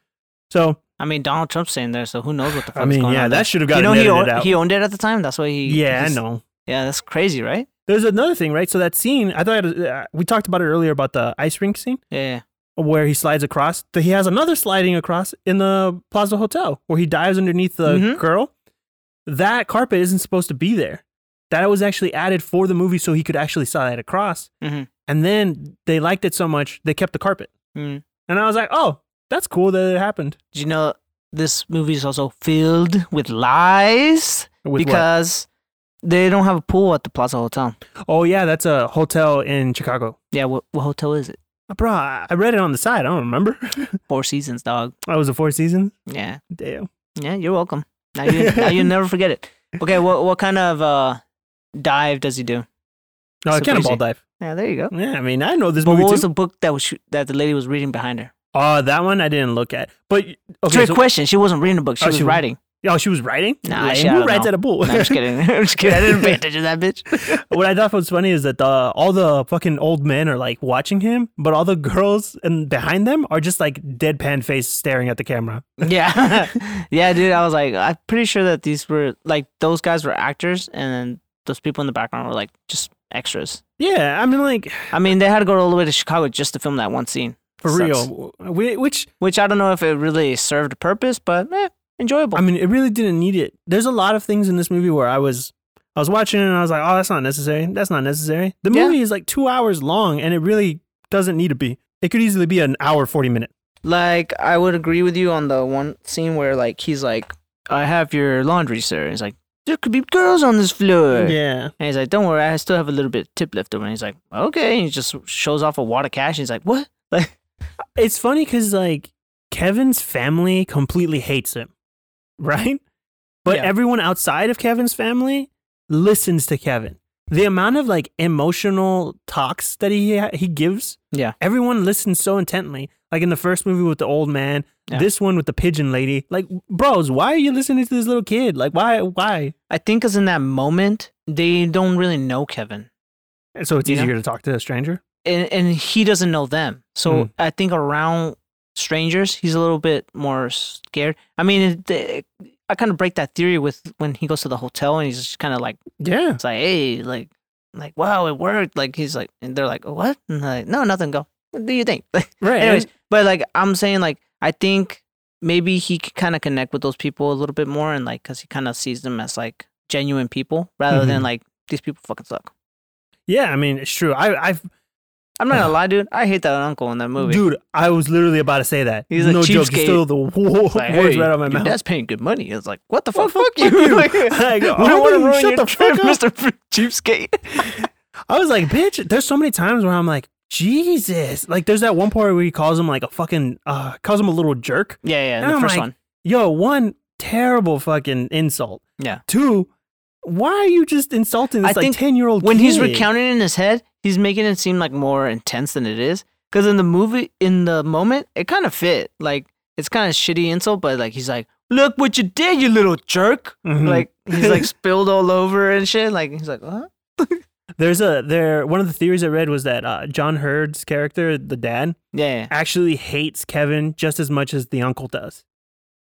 So
I mean Donald Trump's saying there, so who knows what the fuck
I
is
mean,
going
yeah,
on.
that should have
there. you
gotten
know he
edited
owned,
out.
he owned it at the time. That's why he
yeah, I
he's-
know.
Yeah, that's crazy, right?
There's another thing, right? So that scene, I thought uh, we talked about it earlier about the ice rink scene.
Yeah, yeah.
where he slides across. th- He has another sliding across in the Plaza Hotel where he dives underneath the
Mhm.
girl. That carpet isn't supposed to be there. That was actually added for the movie so he could actually slide across.
Mhm.
And then they liked it so much they kept the carpet.
Mm.
And I was like, oh, that's cool that it happened.
Do you know this movie is also filled with lies
With what?
because they don't have a pool at the Plaza Hotel.
Oh yeah, that's a hotel in Chicago.
Yeah, what, what hotel is it?
Uh, Bro, I I read it on the side. I don't remember.
Four Seasons, dog.
I was a Four Seasons.
Yeah,
Damn.
yeah. You're welcome. Now you now you never forget it. Okay, what what kind of uh dive does he do?
No,
So
Cannonball
crazy.
Dive.
Yeah, there you go.
Yeah, I mean, I know this
But
movie
what
too.
was the book that was she, that the lady was reading behind her?
Oh, that one I didn't look at. But okay,
Trick
so-
question. She wasn't reading a book. She
Oh,
was
she was-
writing.
Oh, she was writing?
Nah,
Lame.
shit, I
Who
don't
writes
know.
at a bull?
No, I'm just kidding. I'm just kidding. I didn't pay attention to that bitch.
what I thought was funny is that the, all the fucking old men are like watching him, but all the girls and behind them are just like deadpan face staring at the camera.
Yeah. yeah, dude. I was like, I'm pretty sure that these were like those guys were actors and then those people in the background were like just extras.
Yeah, I mean, like
I mean, they had to go all the way to Chicago just to film that one scene,
for
Sucks.
real. Wh- Which
which I don't know if it really served a purpose, but eh, enjoyable.
I mean, it really didn't need it. There's a lot of things in this movie where I was, I was watching it and I was like, oh, that's not necessary. That's not necessary. The
Yeah.
movie is like two hours long, and it really doesn't need to be. It could easily be an hour forty minute.
like, I would agree with you on the one scene where like he's like, I have your laundry, sir. He's like, "Duh, there could be girls on this floor.
Yeah.
And he's like, don't worry, I still have a little bit of tip left over. And he's like, okay. And he just shows off a wad of cash. And he's like, what? Like,
It's funny because like Kevin's family completely hates him, right? But
Yeah.
everyone outside of Kevin's family listens to Kevin. The amount of like emotional talks that he ha- he gives,
Yeah.
everyone listens so intently. Like in the first movie with the old man,
Yeah.
this one with the pigeon lady. Like, bros, why are you listening to this little kid? Like, why? Why?
I think because in that moment, they don't really know Kevin.
And so it's
You know?
easier to talk to a stranger.
and, and he doesn't know them. So
Mm.
I think around strangers, he's a little bit more scared. I mean, it, it- I kind of break that theory with when he goes to the hotel and he's just kind of like,
Yeah.
it's like, hey, like, like, wow, it worked. Like he's like, and they're like, what? And they're like, no, nothing. Go. What do you think?
Right.
Anyways, but like I'm saying, like I think maybe he could kind of connect with those people a little bit more, and like because he kind of sees them as like genuine people rather
Mm-hmm.
than like these people fucking suck.
yeah. I mean, it's true. I I've
I'm not gonna lie, dude. I hate that uncle in that movie.
Dude, I was literally about to say that.
He's a
no joke. You
cheapskate.
stole the wo- words
like, hey,
right out of my
your
mouth.
dad's paying good money. It's like, what the
Well,
fuck? fuck, you. like,
Like,
we
why
don't want
don't
to
you
ruin
shut
your
the
trip,
fuck up?
Mr. Fr- Cheapskate.
I was like, bitch. There's so many times where I'm like, Jesus. Like, there's that one part where he calls him like a fucking uh, calls him a little jerk.
Yeah, yeah,
And
the
I'm
first
like,
one.
Yo, one terrible fucking insult.
Yeah.
Two, why are you just insulting this
I
like
think
ten year old?
When he's recounting it in his head, he's making it seem like more intense than it is. Because in the movie, in the moment, it kind of fit. Like, it's kind of shitty insult, but like, he's like, look what you did, you little jerk.
Hmm. Mm-hmm.
Like, he's like spilled all over and shit. Like, he's like, huh?
there's a there. One of the theories I read was that uh, John Hurd's character, the dad,
Yeah, yeah.
actually hates Kevin just as much as the uncle does.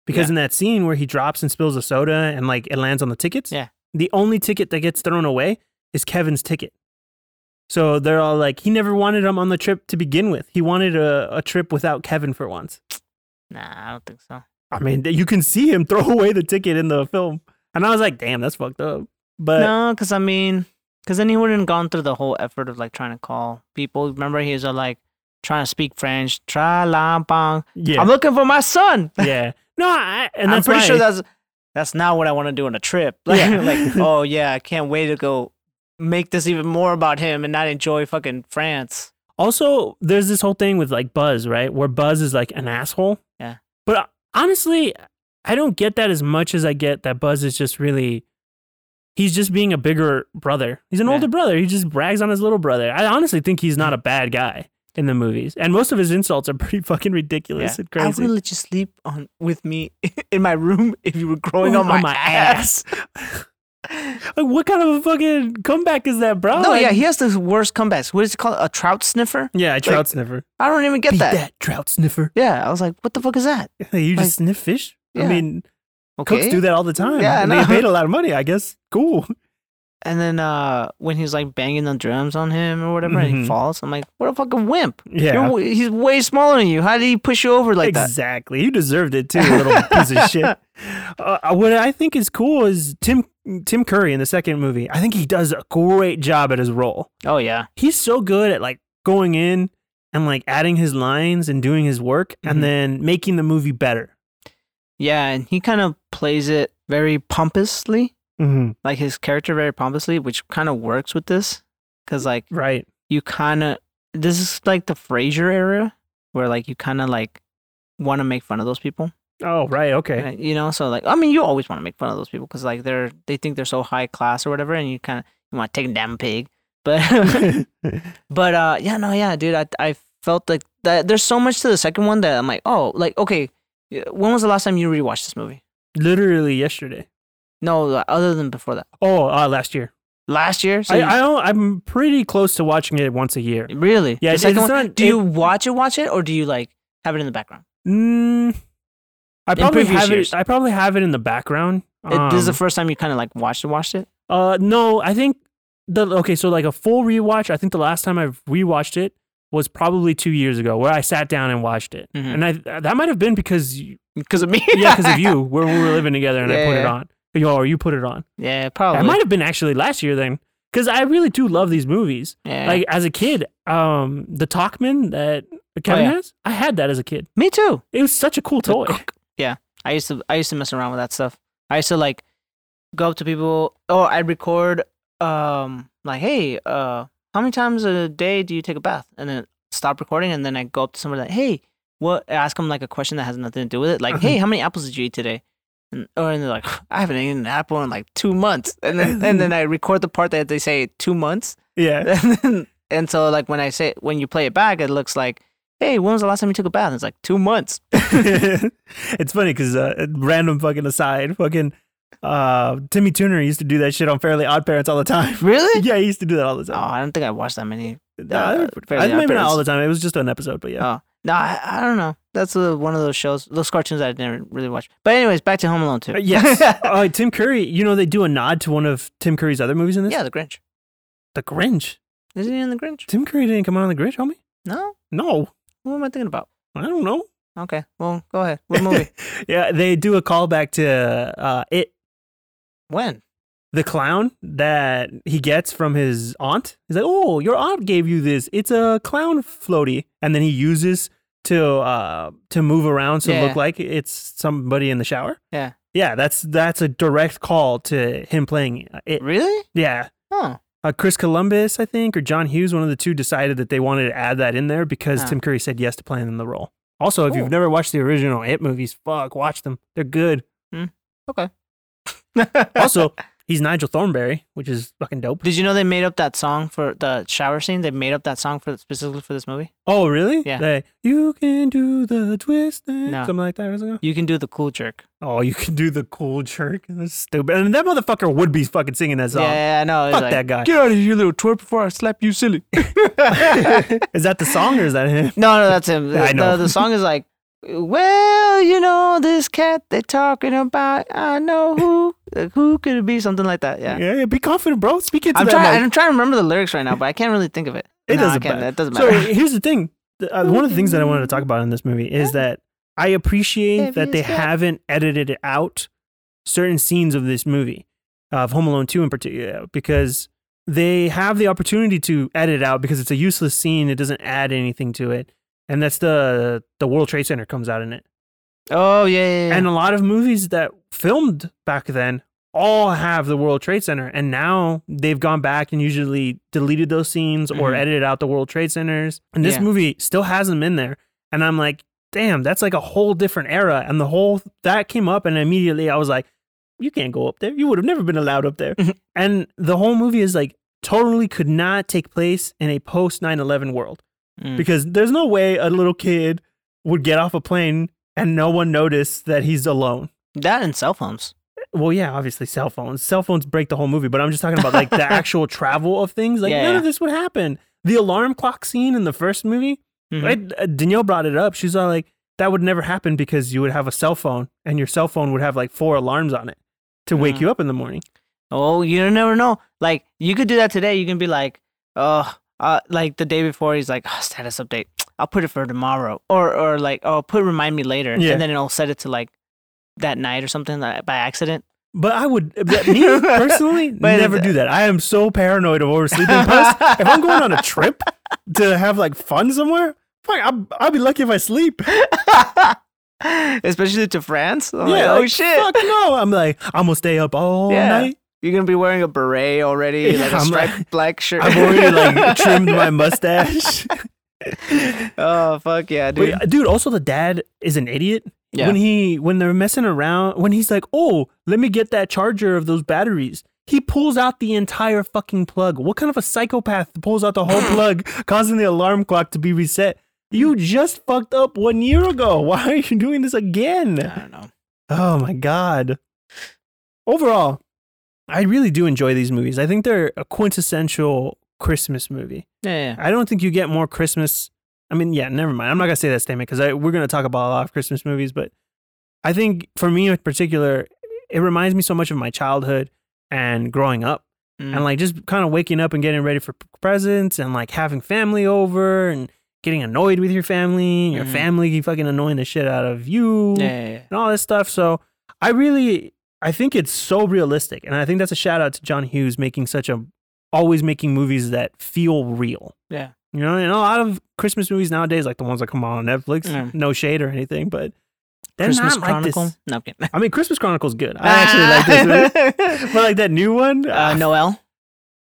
Because
Yeah.
in that scene where he drops and spills a soda and like it lands on the tickets,
Yeah.
the only ticket that gets thrown away is Kevin's ticket. So they're all like, he never wanted him on the trip to begin with. He wanted a, a trip without Kevin for once.
Nah, I don't think so.
I mean, you can see him throw away the ticket in the film. And I was like, damn, that's fucked up. But
no, because I mean, because then he wouldn't gone through the whole effort of like trying to call people. Remember, he was uh, like trying to speak French. Tra la bang.
yeah,
I'm looking for my son.
yeah. No, I, and
I'm
that's
pretty
why-
sure that's that's not what I want to do on a trip. Like,
Yeah.
like, oh yeah, I can't wait to go make this even more about him and not enjoy fucking France.
Also, there's this whole thing with like Buzz, right? Where Buzz is like an asshole.
Yeah.
But uh, honestly, I don't get that as much as I get that Buzz is just really. He's just being a bigger brother. He's an
Yeah.
older brother. He just brags on his little brother. I honestly think he's not a bad guy in the movies. And most of his insults are pretty fucking ridiculous and
I
crazy.
would let you sleep on with me in my room if you were growing on my, ass.
like, what kind of a fucking comeback is that, bro?
No,
Like-
yeah, he has the worst comebacks. What is it called? A trout sniffer?
yeah, trout sniffer.
I don't even get
Beat
that.
that. trout sniffer.
Yeah, I was like, what the fuck is that?
you just
Like-
sniff fish? I
Yeah.
mean, Cooks do that all the time.
Yeah, I
and
know.
they made a lot of money. I guess cool.
And then uh, when he's like banging the drums on him or whatever, and
Mhm.
he falls, I'm like, what a fucking wimp.
Yeah,
You're, w- he's way smaller than you. How did he push you over like that?
exactly. You deserved it too, little piece of shit. Uh, what I think is cool is Tim Tim Curry in the second movie. I think he does a great job at his role.
Oh, yeah.
He's so good at like going in and like adding his lines and doing his work,
Mhm.
and then making the movie better.
Yeah, and he kind of plays it very pompously,
Mm-hmm.
like his character very pompously, which kind of works with this. Because, like,
Right.
you kind of, this is like the Frasier era where, like, you kind of like want to make fun of those people.
Oh, right. Okay.
Right, you know, so like, I mean, you always want to make fun of those people because like they're they think they're so high class or whatever, and you kind of you want to take them down, pig. But but uh, yeah, no, yeah, dude, I I felt like that. There's so much to the second one that I'm like, oh, like okay, y- when was the last time you rewatched this movie?
Literally yesterday.
No, like, other than before that,
Oh, uh, last year.
last year. So
I,
you-
I don't, I'm pretty close to watching it once a year.
really,
Yeah,
The
it's-
second
it's
one-
not-
do
it-
you watch it, watch it, or do you like have it in the background?
Mm, I probably
previous
have
years.
it. I probably have it in the background.
it, this is the
Um,
first time you kind of like watched it, watched it.
uh, no, I think the okay. So like a full rewatch. I think the last time I've rewatched it was probably two years ago, where I sat down and watched it,
Mhm.
and I that might have been because you-
Because of me,
yeah, because of you, where we were living together, and I put it
Yeah.
on. Yo, or you put it on.
yeah,
It
probably.
might have been actually last year then, because I really do love these movies.
yeah.
Like as a kid, um, the Talkman that Kevin
Oh, yeah.
has, I had that as a kid.
me too.
It was such a cool
The
toy.
Yeah, I used to I used to mess around with that stuff. I used to like go up to people or I'd record um like, hey, uh how many times a day do you take a bath? And then stop recording and then I go up to somebody like, hey, what I ask them like a question that has nothing to do with it. Like,
Uh-huh.
hey, how many apples did you eat today? And, or and they're like, I haven't eaten an apple in like two months. And then and then I record the part that they say two months.
Yeah.
And then and so like when I say when you play it back, it looks like, hey, when was the last time you took a bath? And it's like two months.
it's funny because uh, random fucking aside, fucking uh, Timmy Turner used to do that shit on Fairly Odd Parents all the time.
Really?
yeah, he used to do that all the
Oh,
time.
I don't think I watched that many
No,
uh,
I think-
Fairly
I-
Odd
maybe not
Parents.
all the time. It was just an episode, but yeah.
Oh. No, I, I don't know. That's uh one of those shows, those cartoons I never really watched. But anyways, back to Home Alone too.
Uh, yes. uh, Tim Curry, you know, they do a nod to one of Tim Curry's other movies in this?
yeah, The Grinch.
The Grinch.
Isn't he in The Grinch?
Tim Curry didn't come out on The Grinch, homie?
No.
No.
What am I thinking about?
I don't know.
Okay. Well, go ahead. What movie?
yeah, they do a callback to uh, It,
when?
the clown that he gets from his aunt. He's like, oh, your aunt gave you this. It's a clown floaty. And then he uses to uh to move around so it
Yeah.
look like it's somebody in the shower.
Yeah.
Yeah, that's that's a direct call to him playing it.
Really?
Yeah.
Huh.
Uh, Chris Columbus, I think, or John Hughes, one of the two decided that they wanted to add that in there because
Ah.
Tim Curry said yes to playing in the role. Also, if
Cool.
you've never watched the original It movies, fuck, watch them. They're good. Also, he's Nigel Thornberry, which is fucking dope.
Did you know they made up that song for the shower scene? They made up that song for specifically for this movie.
Oh, really?
Yeah.
They, you can do the twist and
No.
something like that. wasn't it?
You can do the cool jerk.
Oh, you can do the cool jerk. That's stupid. And that motherfucker would be fucking singing that song.
Yeah, yeah, I know. It's
Fuck
like,
that guy.
Get out of here, little twerp, before I slap you silly.
is that the song or is that him?
No, no, that's him.
I
The-
know.
The, the song is like, well, you know, this cat they're talking about, I know who, like, who could it be? Something like that. Yeah.
Yeah, yeah, be confident, bro. Speak into
I'm
that mic.
trying. I'm trying to remember the lyrics right now, but I can't really think of it.
It
No, I
doesn't
can't.
matter.
It doesn't
So
matter.
here's the thing. The- uh, one of the things that I wanted to talk about in this movie is that I appreciate
Have
that
you
they
seen-
haven't edited out certain scenes of this movie, of Home Alone 2 in particular, because they have the opportunity to edit it out because it's a useless scene. It doesn't add anything to it. And that's the the World Trade Center comes out in it.
oh yeah, yeah, yeah.
And a lot of movies that filmed back then all have the World Trade Center. And now they've gone back and usually deleted those scenes or
Mhm.
edited out the World Trade Centers. And this
Yeah.
movie still has them in there. And I'm like, damn, that's like a whole different era. And the whole that came up and immediately I was like, you can't go up there. You would have never been allowed up there.
Mhm.
and the whole movie is like totally could not take place in a post 9/11 world
Mm.
because there's no way a little kid would get off a plane and no one notice that he's alone.
that and cell phones.
Well, yeah, obviously cell phones. Cell phones break the whole movie, but I'm just talking about like the actual travel of things. Like
Yeah,
none
yeah.
of this would happen. The alarm clock scene in the first movie,
Mhm.
right? Uh, Danielle brought it up. She's all like, "That would never happen because you would have a cell phone, and your cell phone would have like four alarms on it to wake
Mm.
you up in the morning."
Oh, you never know. Like you could do that today. You can be like, oh, uh, like the day before, he's like, oh, status update. I'll put it for tomorrow, or or like, oh, put remind me later,
Yeah.
and then it'll set it to like that night or something like, by accident.
But I would, uh, but me personally,
But
never
it's-
do that. I am so paranoid of oversleeping. Plus, if I'm going on a trip to have like fun somewhere, fuck, I'll, I'll be lucky if I sleep.
Especially to France. I'm
yeah.
like, oh
like,
shit.
Fuck no. I'm like, I'm gonna stay up all
Yeah.
night.
You're gonna be wearing a beret already,
Yeah,
like a
I'm like-
striped black shirt.
I've already like trimmed my mustache.
oh fuck yeah, dude.
Wait, dude. Also, the dad is an idiot.
Yeah.
When he when they're messing around, when he's like, "Oh, let me get that charger of those batteries," he pulls out the entire fucking plug. What kind of a psychopath pulls out the whole plug, causing the alarm clock to be reset? You just fucked up one year ago. Why are you doing this again?
I don't know.
Oh my god. Overall, I really do enjoy these movies. I think they're a quintessential Christmas movie.
Yeah, yeah.
I don't think you get more Christmas. I mean, yeah, never mind. I'm not gonna say that statement because we're gonna talk about a lot of Christmas movies, but I think for me in particular, it reminds me so much of my childhood and growing up,
Mm.
and like just kind of waking up and getting ready for p- presents, and like having family over and getting annoyed with your family, and your
Mhm.
family fucking annoying the shit out of you,
yeah, yeah, yeah.
and all this stuff. So I really, I think it's so realistic, and I think that's a shout out to John Hughes making such a always making movies that feel real.
Yeah.
You know, and a lot of Christmas movies nowadays, like the ones that come out on Netflix,
Yeah.
no shade or anything, but They're
Christmas
not like this.
Chronicle. No, I'm kidding.
I mean, Christmas Chronicle's good. I actually like this movie.
this.
But like that new one,
uh, Noel.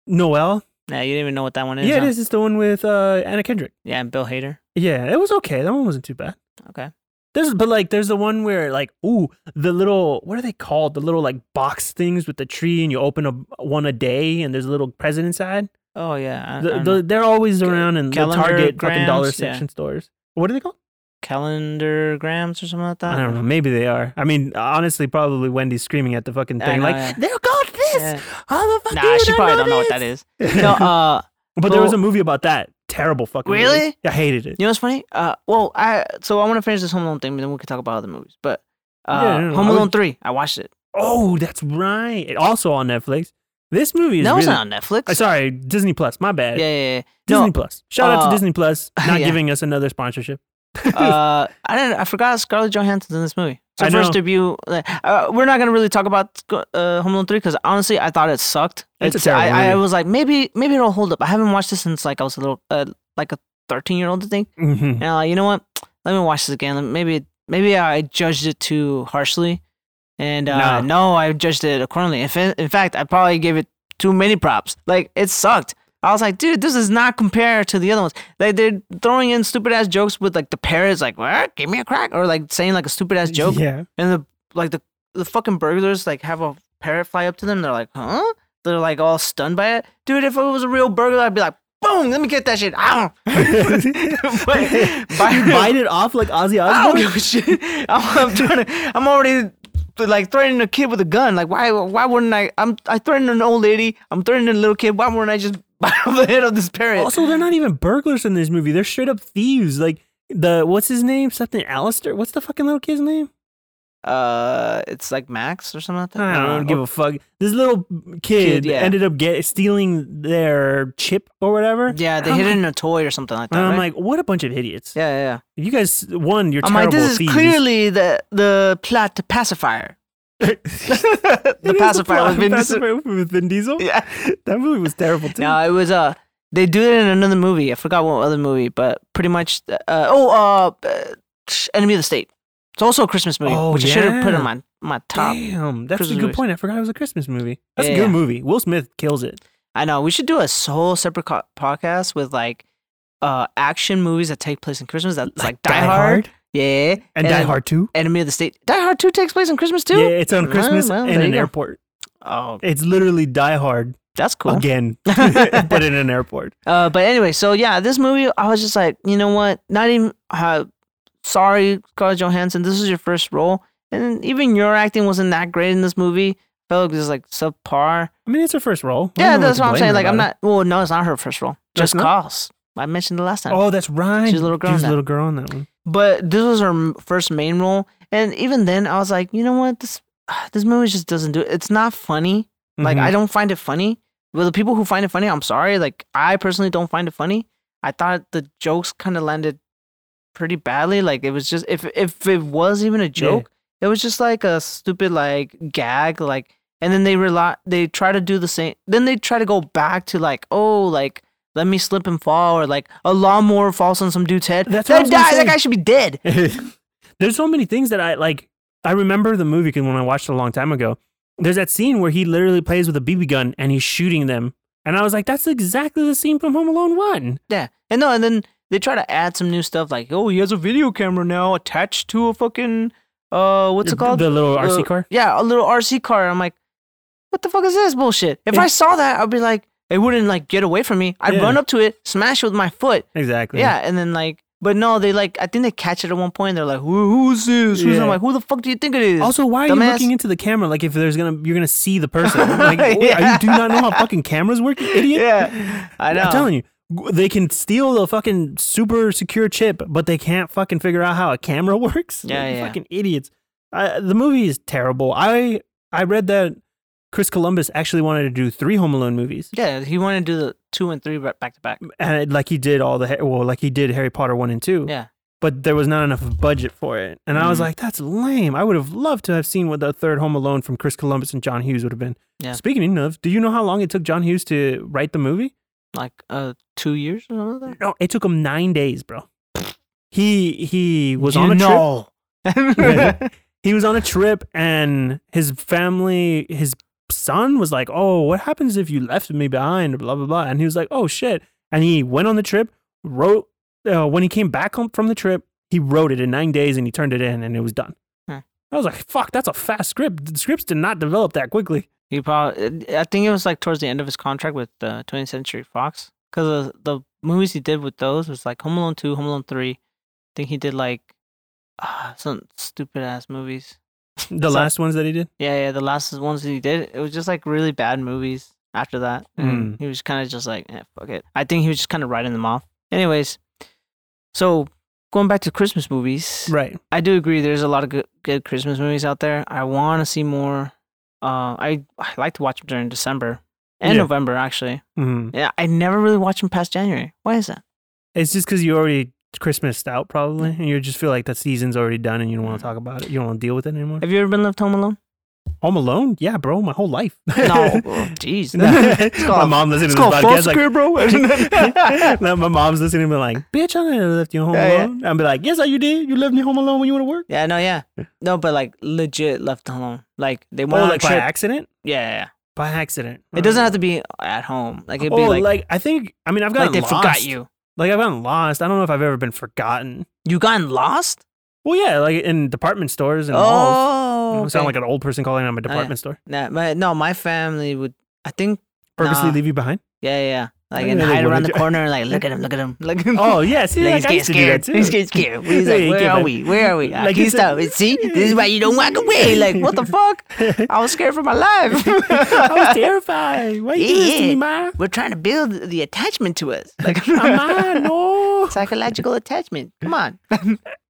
Noel.
Yeah, you didn't even know what that one is.
Yeah, it
huh?
is. It's the one with uh, Anna Kendrick.
Yeah, and Bill Hader.
Yeah, it was okay. That one wasn't too bad.
Okay.
There's, but like, there's the one where like, ooh, the little what are they called? The little like box things with the tree, and you open a one a day, and there's a little present inside.
Oh yeah, I, I
The,
don't
the,
know.
they're always around in the
calendar
Target fucking dollar
grams, yeah.
section stores. What are they called?
calendar grams or something like that.
I don't know. Maybe they are. I mean, honestly, probably Wendy's screaming at the fucking
I
thing
know,
like,
yeah.
they're called this.
Yeah.
All the fucking.
Nah, she probably don't know what that is. No, uh,
but there was a
well-
movie about that. Terrible fucking. movie.
Really?
I hated it.
you know what's funny? Uh, well, I so I want to finish this Home Alone thing, but then we can talk about other movies. But uh,
Yeah, no, Oh, no,
Home
I
Alone
would-
three, I watched it.
Oh, that's right. It also on Netflix. This movie is
That
really.
wasn't on Netflix.
Uh, sorry, Disney Plus. My bad.
Yeah, yeah, yeah.
Disney Plus. Shout out to
uh,
Disney Plus, not
yeah.
giving us another sponsorship.
No, uh, I didn't. I forgot Scarlett Johansson's in this movie. It's her
I know.
first debut. like, Uh, we're not gonna really talk about uh, Home Alone three because honestly, I thought it sucked.
It's a terrible
I, I
movie.
was like, maybe, maybe it'll hold up. I haven't watched this since like I was a little, uh, like a thirteen year old, I think.
Mhm.
And I'm like, you know what? Let me watch this again. Maybe maybe I judged it too harshly, and uh, no, I judged it accordingly. In, fa- in fact, I probably gave it too many props. Like it sucked. I was like, dude, this is not compared to the other ones. Like they're throwing in stupid ass jokes with like the parrots, like, what? Give me a crack, or like saying like a stupid ass joke,
Yeah.
and the like the the fucking burglars like have a parrot fly up to them. They're like, huh? They're like all stunned by it, dude. If it was a real burglar, I'd be like, boom, let me get that shit. Ow. But-
you bite it off like Ozzy
I don't
Osbourne.
give a shit. I'm, I'm trying to. I'm already like threatening a kid with a gun. Like why? Why wouldn't I? I'm. I threatened an old lady. I'm threatening a little kid. Why wouldn't I just bite off the head of this parrot?
Oh, Also, they're not even burglars in this movie. They're straight up thieves. Like the what's his name? Something Alistair. What's the fucking little kid's name?
uh, it's like Max or something like that.
I don't, give a fuck. This little kid,
Uh, oh. yeah.
ended up get stealing their chip or whatever.
Yeah, they
I'm
hid it
like-
in a toy or something like that.
And I'm
right?
like, what a bunch of idiots!
yeah, yeah. yeah.
You guys, one, you're
I'm like,
terrible
this is
thieves.
clearly the the plot to pacifier.
It
the
is
pacifier
plot
was
of
Vin Diesel.
Pacifier with Vin Diesel.
Yeah.
That movie was terrible too.
No, it was uh they do it in another movie. I forgot what other movie, but pretty much uh oh uh, uh Enemy of the State. It's also a Christmas movie,
Oh,
which I should have put
yeah.
on my my top.
Damn, that's
Christmas
a good
movies.
point. I forgot it was a Christmas movie. That's
Yeah,
a good
yeah.
movie. Will Smith kills it.
I know we should do a whole separate co- podcast with like uh action movies that take place in Christmas. That's like, Die, Hard. yeah, and,
and, Die Hard Two.
Enemy of the State. Die Hard Two takes place on Christmas too.
Yeah, it's on
Well,
Christmas
well,
in
there you
an
go.
airport.
Oh,
It's literally Die Hard
that's cool.
again, but in an airport.
Uh, but anyway, so yeah, this movie, I was just like, you know what? Not even uh, sorry, Scarlett Johansson. This is your first role, and even your acting wasn't that great in this movie. Felt like it was like subpar.
I mean, it's her first role. I
yeah,
don't know
that's
to
what I'm
blame
saying.
her
Like, I'm
about
not. Well, no, it's not her first role.
That's
Just
not?
Cause. I mentioned the last
it.
time.
Oh, that's right.
She's a little girl
She's
now.
a little girl in that one.
But this was her m- first main role, and even then, I was like, you know what? This this movie just doesn't do it. It's not funny. Like
Mm-hmm.
I don't find it funny. Well, the people who find it funny, I'm sorry. Like I personally don't find it funny. I thought the jokes kind of landed pretty badly. Like it was just if if it was even a joke, it was just like a stupid like gag. Like and then they rely they try to do the same. Then they try to go back to like oh like let me slip and fall or like a lawnmower falls on some dude's head.
That's what
that
I was gonna
guy that
say.
guy should be dead.
There's so many things that I like. I remember the movie 'cause when I watched it a long time ago. There's that scene where he literally plays with a BB gun and he's shooting them, and I was like, "That's exactly the scene from Home Alone One."
Yeah, and no, and then they try to add some new stuff like, oh, he has a video camera now attached to a fucking uh, what's it called?
The little RC
Uh,
car.
Yeah, a little RC car. I'm like, what the fuck is this bullshit? If
Yeah.
I saw that, I'd be like, it wouldn't like get away from me. I'd
Yeah.
run up to it, smash it with my foot.
Exactly.
Yeah, and then like, but no, they like, I think they catch it at one point. And they're like, who, who's this? Who's this?" I'm
Yeah.
like, who the fuck do you think it is?
Also, why are you
Dumbass.
looking into the camera? Like, if there's gonna, you're gonna see the person. Like, wait, are
Yeah.
you do not know how fucking cameras work, you idiot.
yeah, I know.
I'm telling you, g- they can steal the fucking super secure chip, but they can't fucking figure out how a camera works.
Yeah,
Like,
yeah, yeah.
fucking idiots. I, the movie is terrible. I I read that Chris Columbus actually wanted to do three Home Alone movies,
Yeah, he wanted to do the two and three right back to back.
and like he did all the Har- well, like he did Harry Potter one and two.
Yeah.
But there was not enough of a budget for it, and I was
Mhm.
like, "That's lame." I would have loved to have seen what the third Home Alone from Chris Columbus and John Hughes would have been.
Yeah.
Speaking of, do you know how long it took John Hughes to write the movie?
Like uh, two years or something. like that.
No, it took him nine days, bro. He he was on a trip. he was on a trip and his family his son was like oh what happens if you left me behind blah blah blah and he was like oh shit and he went on the trip wrote uh, when he came back home from the trip he wrote it in nine days and he turned it in and it was done
Hmm.
i was like fuck that's a fast script the scripts did not develop that quickly
He probably, I think it was like towards the end of his contract with uh, 20th Century Fox, because the, the movies he did with those was like Home Alone two, Home Alone three. I think he did like uh, some stupid ass movies.
the
So-
last ones that he did
Yeah, yeah. The last ones that he did, it was just like really bad movies. After that,
Hmm.
and he was kind of just like, eh, fuck it. I think he was just kind of writing them off. Anyways, so going back to Christmas movies,
right
I do agree. There's a lot of good, good Christmas movies out there. I want to see more. Uh, I I like to watch them during December and
Yeah.
November actually.
mm.
Yeah, I never really watch them past January. Why is that?
it's just because you already christmased out probably and you just feel like that season's already done and you don't want to talk about it you don't want to deal with it anymore
Have you ever been left home alone?
home alone yeah bro my whole life
No, Oh, jeez.
my mom listening to this podcast like,
bro.
no, my mom's listening to me like, bitch, I never left you home
Yeah, yeah.
alone. I'd be like, yes, you did. You left me home alone when you went to work.
yeah, no, yeah, no, but like legit left alone. Like they
Oh,
went on
like
a
by
trip.
accident?
Yeah, yeah, yeah.
By accident.
It doesn't have to be at home. Like it'd be
oh,
like like,
I think. I mean, I've gotten
they
lost.
forgot you.
Like I've gotten lost. I don't know if I've ever been forgotten.
You gotten lost?
Well, yeah, like in department stores and malls.
oh,
I sound
okay. Oh,
like an old person calling on a department store.
Nah, my, no, my family would. I think.
Purposely
Nah.
leave you behind.
Yeah, yeah, yeah. Like
I
and
really
hide around
wanted
the
to-
corner and like look at him, look at him, look at him.
Oh yeah, see,
Like, he's
like, I
getting
used to do that
scared. He's
too.
getting scared. He's
Yeah,
like,
you
where
get
are
that.
we? Where are we? Like,
Like, it's a-
stop. See, this is why you don't walk away. Like, what the fuck? I was scared for my
I was
life.
terrified. Why you do this to
Yeah.
me, ma?
We're trying to build the attachment to us, like
Ma, no.
psychological attachment. Come on.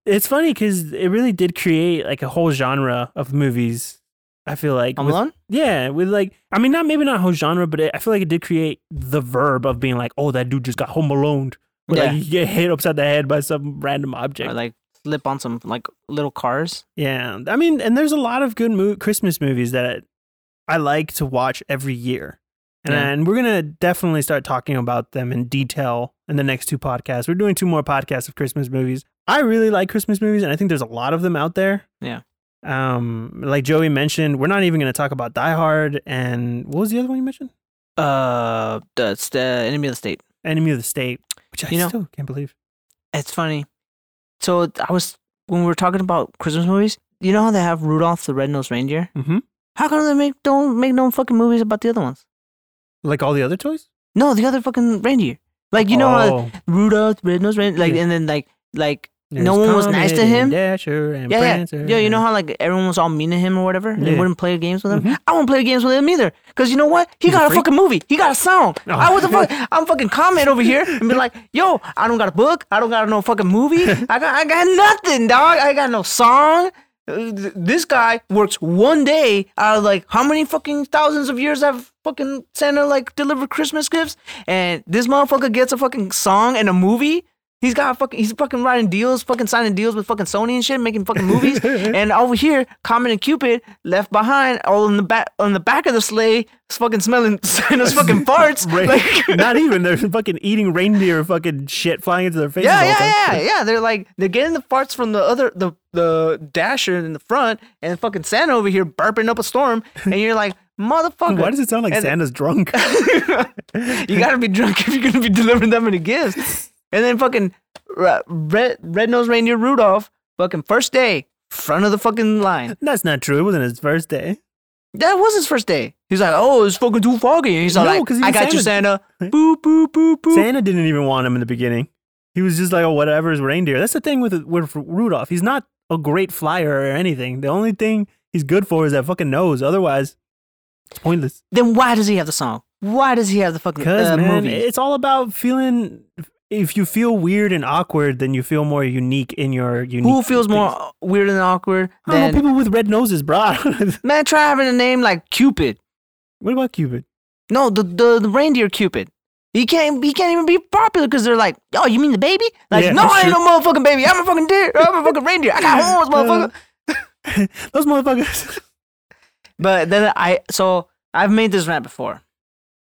It's funny because it really did create like a whole genre of movies. I feel like
Home
with-
Alone.
yeah, with like I mean not maybe not a whole genre, but it, I feel like it did create the verb of being like, oh, that dude just got home alone. Where
Yeah.
like you get hit upside the head by some random object.
Or like flip on some like little cars.
yeah, I mean, and there's a lot of good mo- Christmas movies that I like to watch every year, and,
Yeah.
and we're gonna definitely start talking about them in detail in the next two podcasts. We're doing two more podcasts of Christmas movies. I really like Christmas movies, and I think there's a lot of them out there.
Yeah.
Um, like Joey mentioned, we're not even gonna talk about Die Hard and what was the other one you mentioned?
Uh, that's the enemy of the state.
Enemy of the State, which I
You know-
still can't believe.
It's funny. So I was when we were talking about Christmas movies. You know how they have Rudolph the Red-Nosed Reindeer?
Mm-hmm.
How come they make don't make no fucking movies about the other ones?
Like all the other toys.
No, the other fucking reindeer. Like you know uh, how
Oh,
Rudolph Red-Nosed Reindeer. Like
Yeah.
and then like like
there's
no one was nice to
Comet and
him?
Dasher and
yeah
Prancer.
yeah yeah. You know
and-
how like everyone was all mean to him or whatever. and They
Yeah.
wouldn't play games with him.
Mhm.
I won't play games with him either. Cause you know what? He
He's a
got a,
freak.
fucking movie. He got a song.
Oh.
I was a fuck. I'm fucking comment over here and be like, yo, I don't got a book. I don't got no fucking movie. I got I got nothing, dog. I got no song. Uh, th- This guy works one day out of like how many fucking thousands of years I've fucking Santa like delivered Christmas gifts, and this motherfucker gets a fucking song and a movie. He's got fucking he's fucking writing deals, fucking signing deals with fucking Sony and shit, making fucking movies. and over here, Comet and Cupid left behind, all in the back on the back of the sleigh, fucking smelling Santa's fucking farts.
Ra-
like,
not even they're fucking eating reindeer fucking shit flying into their faces.
yeah,
all the time.
yeah, yeah, yeah. They're like they're getting the farts from the other the the dasher in the front, and fucking Santa over here burping up a storm, and you're like, motherfucker.
Why does it sound like
And-
Santa's drunk?
you gotta be drunk if you're gonna be delivering that many gifts. And then fucking uh, red red nosed reindeer Rudolph, fucking first day, front of the fucking line.
That's not true. It wasn't his first day.
That was his first day. He's like, oh, it's fucking too foggy. And he's all
No,
like,
'cause he
I
was
got you,
Santa.
Santa. Boop boop boop boop.
Santa didn't even want him in the beginning. He was just like, oh, whatever is reindeer. That's the thing with with Rudolph. He's not a great flyer or anything. The only thing he's good for is that fucking nose. Otherwise, it's pointless.
Then why does he have the song? Why does he have the fucking
Because
uh,
man,
movie?
it's all about feeling. If you feel weird and awkward, then you feel more unique in your unique.
Who feels more weird and awkward
I don't know,
than
people with red noses, bro.
man? Try having a name like Cupid.
what about Cupid?
No, the the, the reindeer Cupid. He can't he can't even be popular because they're like, oh, you mean the baby? Like,
Yeah,
no, I ain't
sure.
no motherfucking baby. I'm a fucking deer. I'm a fucking reindeer. I got
Uh,
horns, motherfucker.
Those motherfuckers.
But then I so I've made this rant before,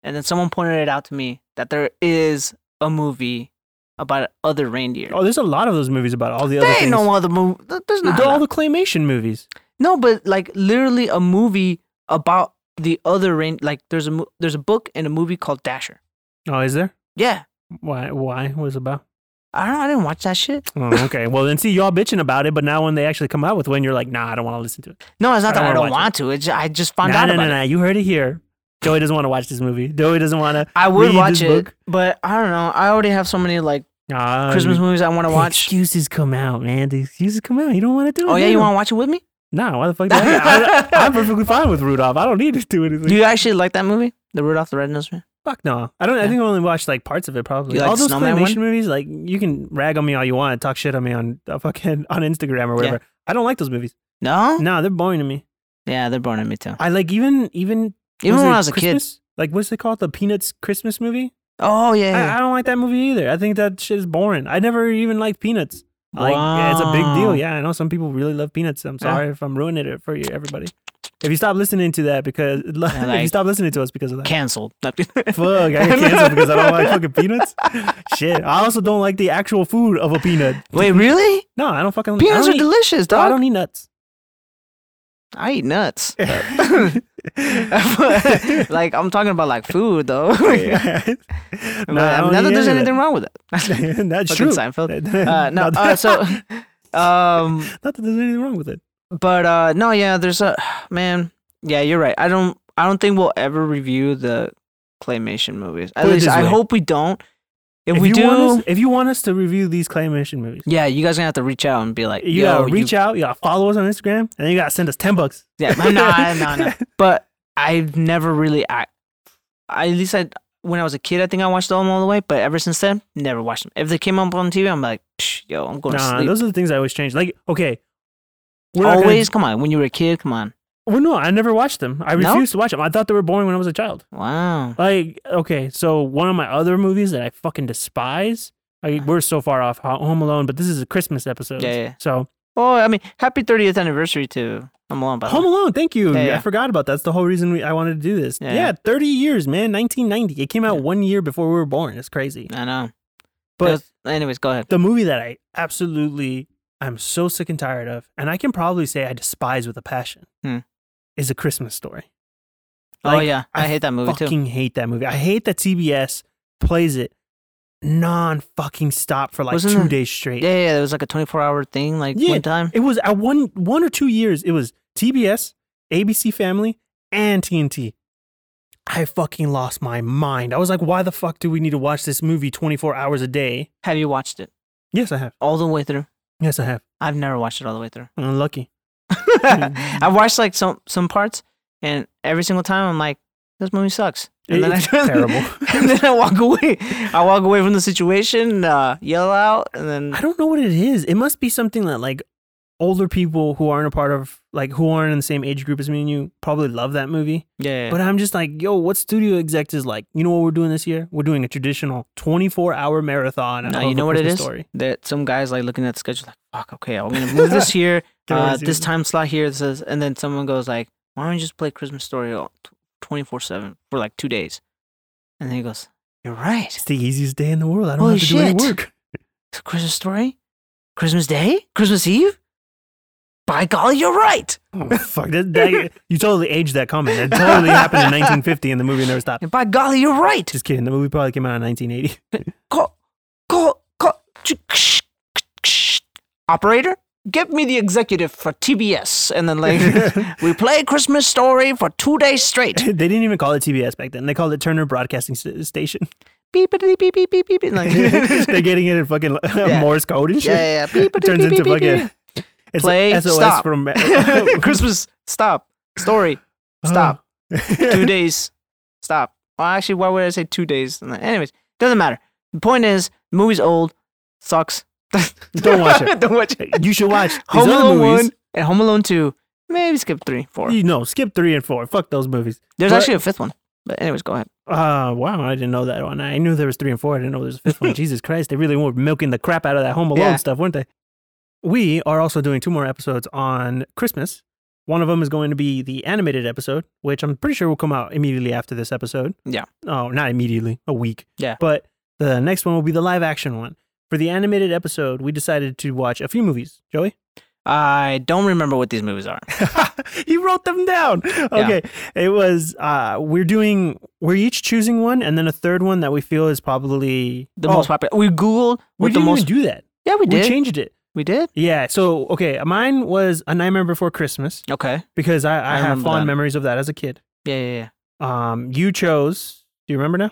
and then someone pointed it out to me that there is a movie about other reindeer.
Oh, there's a lot of those movies about all the other
there ain't
things.
no other movie. There's
The-
not.
all
enough.
the claymation movies.
No, but like literally a movie about the other rain. Like there's a mo- there's a book and a movie called Dasher.
Oh, is there?
Yeah,
Why? Why was about?
I don't. know. I didn't watch that shit.
Oh, okay. well, then see, y'all bitching about it, but now when they actually come out with one, you're like, nah, I don't want to listen to it.
No, it's not
I
that I
don't
don't
watch
want to. It's, I just found
nah,
out
nah,
about
nah,
it.
nah. You heard it here. Joey doesn't want to watch this movie. Joey doesn't want to.
I would
read
watch
this
it,
book.
but I don't know. I already have so many like
Ah,
Christmas
you-
movies I want to
the
watch.
Excuses come out, man. The excuses come out. You don't want to do it.
Oh yeah,
do
you want to watch it with me?
Nah, why the fuck? Do I, I, I'm perfectly fine with Rudolph. I don't need to do anything.
Do you actually like that movie, The Rudolph the Red-Nosed Man?
Fuck no. I don't. I
Yeah.
think I only watched like parts of it. Probably.
You like
all
the
those
snowman
claymation
one?
movies, like you can rag on me all you want, talk shit on me on uh, fucking on Instagram or whatever. I don't like those movies.
No.
No, they're boring to me.
Yeah, they're boring to me too.
I like even even
Even when I was a kid.
kid. Like what's it called? The Peanuts Christmas movie.
Oh yeah.
I, I don't like that movie either. I think that shit is boring. I never even liked Peanuts. Like yeah, it's a big deal.
Wow.
Yeah, I know some people really love Peanuts. I'm
Yeah.
sorry if I'm ruining it for you, everybody. If you stop listening to that because if you
like-
stop listening to us because of that.
Cancelled.
Fuck, I got canceled because I don't like fucking peanuts. Shit, I also don't like the actual food of a peanut.
Wait, really?
No, I don't fucking.
Peanuts
I
are
don't eat-
delicious,
I
dog.
don't eat nuts.
I eat nuts. like I'm talking about like food though.
No,
But,
I
um,
don't
not that
eat
there's
any
anything
of
wrong with it.
that. That's
Fucking
true.
Seinfeld. Uh, no,
Not
uh,
that-
so, um,
not that there's anything wrong with it.
but uh, no, yeah, there's a man. Yeah, you're right. I don't, I don't think we'll ever review the claymation movies. At
Put it
least
this
I
way.
hope we don't. If, we
you
do,
want us, if you want us to review these claymation movies,
yeah, you guys are gonna have to reach out and be like,
you
yo,
gotta reach out, you gotta follow us on Instagram, and then you gotta send us ten bucks.
Yeah, no, no, no. But I've never really, I, I- at least I, when I was a kid, I think I watched them all the way. But ever since then, never watched them. If they came up on TV, I'm like, Psh, yo, I'm going to
Nah,
sleep.
those are the things I always change. Like, okay, we're not gonna-
Always, come on. When you were a kid, come on.
well, no, I never watched them. I
No?
refused to watch them. I thought they were boring when I was a child.
Wow.
Like, okay, so one of my other movies that I fucking despise. Like, we're so far off Ho- Home Alone, but this is a Christmas episode.
Uh-huh. Yeah, yeah.
So
Well, Oh, I mean, happy 30th anniversary to Home Alone. By the
Home
way.
Alone, thank you.
Uh-huh. Yeah, yeah.
I forgot about that. That's the whole reason we, I wanted to do this. Yeah,
Yeah, yeah.
30 years, man. 1990. It came out
Yeah.
one year before we were born. It's crazy.
I know.
But-
But anyways, go ahead.
The movie that I absolutely I'm so sick and tired of, and I can probably say I despise with a passion,
Hmm.
is A Christmas Story.
oh
Like,
yeah, I, hate that movie too.
fucking hate that movie. I hate that CBS plays it non fucking stop for like
Wasn't
two
it-
days straight.
Yeah, yeah, yeah, there was like a 24 hour thing like
Yeah.
one time.
It was at one one or two years. It was TBS, ABC Family, and TNT. I fucking lost my mind. I was like, why the fuck do we need to watch this movie 24 hours a day?
Have you watched it
Yes, I have.
all the way through?
Yes, I have.
I've never watched it all the way through.
I'm unlucky.
I watched like some some parts, and every single time I'm like, this movie sucks. And
It's
I,
terrible.
and then I walk away. I walk away from the situation, uh, yell out, and then
I don't know what it is. It must be something that like older people who aren't a part of like who aren't in the same age group as me and you probably love that movie.
yeah,
But I'm just like, yo, what studio exec is like? You know what we're doing this year? We're doing a traditional 24 hour marathon.
No,
of
you
A
know what it
Christmas
is?
Story.
that some guys like looking at the schedule like, fuck, okay, I'm gonna move this here,
Can I
uh,
resume?
this time slot here, this is, and then someone goes like, why don't you just play Christmas Story twenty four seven for like two days? And then he goes, you're right.
It's the easiest day in the world. I don't
Holy
have to do any
shit.
work.
It's Christmas Story, Christmas Day, Christmas Eve. By golly, you're right.
Oh, fuck. That, that, you totally aged that comment. That totally happened in 1950 and the movie never stopped.
And by golly, you're right.
Just kidding. The movie probably came out in 1980.
Call, call, call. ch- Operator, give me the executive for TBS. And then, like, we play Christmas Story for two days straight.
they didn't even call it TBS back then. They called it Turner Broadcasting S- Station.
Beep, beep, beep, beep, beep, beep. and Like, yeah,
They're getting it in fucking uh, Morse code and shit.
yeah, yeah. Beep, beep,
Turns
beep,
into
beep, beep,
fucking.
beep.
It's
Play,
SOS
stop.
from oh.
Christmas, stop. Story,
Uh-huh.
stop. two days. Stop. Well, actually, why would I say two days? Anyways, doesn't matter. The point is, the movie's old, sucks.
Don't watch it.
Don't watch it.
You should watch these
Home
other
Alone
movies.
one and Home Alone two. Maybe skip three, four.
You know, skip three and four. Fuck those movies.
There's
but-
actually a fifth one. But anyways, go ahead.
Uh, wow, I didn't know that one. I knew there was three and four. I didn't know there was a fifth one. Jesus Christ, they really were milking the crap out of that Home Alone
Yeah.
stuff, weren't they? We are also doing two more episodes on Christmas. One of them is going to be the animated episode, which I'm pretty sure will come out immediately after this episode.
Yeah.
Oh, not immediately, a week.
Yeah.
But the next one will be the live action one. For the animated episode, we decided to watch a few movies. Joey?
I don't remember what these movies are.
he wrote them down. Okay. It was uh we're doing we're each choosing one and then a third one that we feel is probably
The
Oh,
most popular. We Googled
We
what the
didn't
most.
even do that.
yeah, we
We,
did.
changed it.
we did.
Yeah. So okay, mine was A Nightmare Before Christmas
Okay.
because I, I, have
remember
fond
that.
memories of that as a kid.
Yeah, yeah,
Um you chose do you remember now?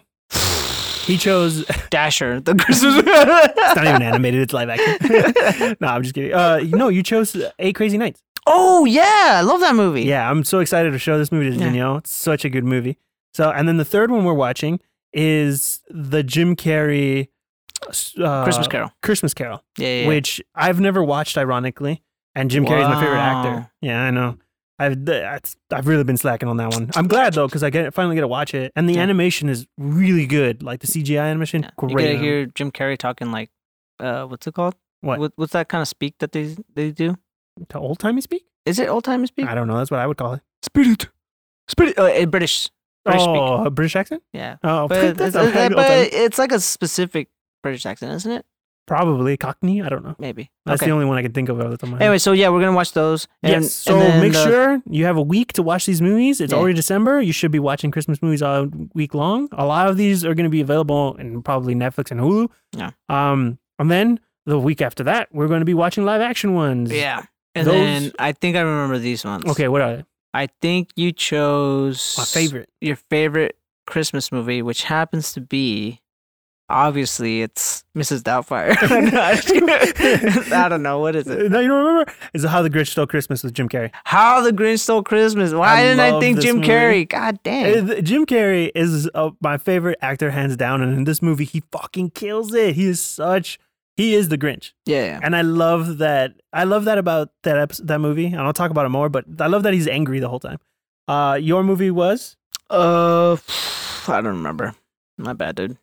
He chose
yeah. Dasher, the Christmas.
it's not even animated, it's live action. no, I'm just kidding. Uh no, you chose Eight Crazy Nights.
oh yeah, I love that movie.
Yeah, I'm so excited to show this movie to
Yeah.
Danielle. It's such a good movie. So, and then the third one we're watching is the Jim Carrey uh,
Christmas Carol.
Christmas Carol,
Yeah, yeah. yeah.
which I've never watched, ironically. And Jim Carrey's my favorite
Wow.
actor. Yeah, I know. I've th- that's- I've really been slacking on that one. I'm glad though because I get finally get to watch it, and the
Yeah.
animation is really good. Like the CGI animation,
Yeah. You
great.
gotta hear Jim Carrey talking like, uh, what's it called?
What?
What's that kind of speak that they they do?
to old timey speak?
Is it old time speak?
I don't know. That's what I would call it.
Spirit, spirit. Uh, eh, British, British speak.
oh, a British accent?
Yeah,
Oh,
but, it's,
that's
it's-
okay, old
but
timey.
it's like a specific British accent, isn't it?
probably Cockney. I don't know.
Maybe.
That's
okay.
the only one I can think of. Off the top of my head.
Anyway, so yeah, we're gonna watch those. And,
yes. So
and then
make
the-
sure you have a week to watch these movies. It's
Yeah.
already December. You should be watching Christmas movies all week long. A lot of these are going to be available in probably Netflix and Hulu.
Yeah.
Um, and then the week after that, we're going to be watching live action ones.
Yeah. And
Those-
then I think I remember these ones.
Okay. What are they?
I think you chose
My favorite.
your favorite Christmas movie, which happens to be obviously it's Mrs. Doubtfire. I don't know what is it.
No, you don't remember? Is How the Grinch Stole Christmas with Jim Carrey.
How the Grinch Stole Christmas. Why
I
didn't I
love
think
this
Jim
movie.
Carrey? God dang.
Uh, Jim Carrey is uh, my favorite actor, hands down. And in this movie, he fucking kills it. He is such. He is the Grinch.
yeah.
And I love that. I love that about that episode, that movie. And I'll talk about it more, but I love that he's angry the whole time. Uh, your movie was
Uh, I don't remember. My bad, dude.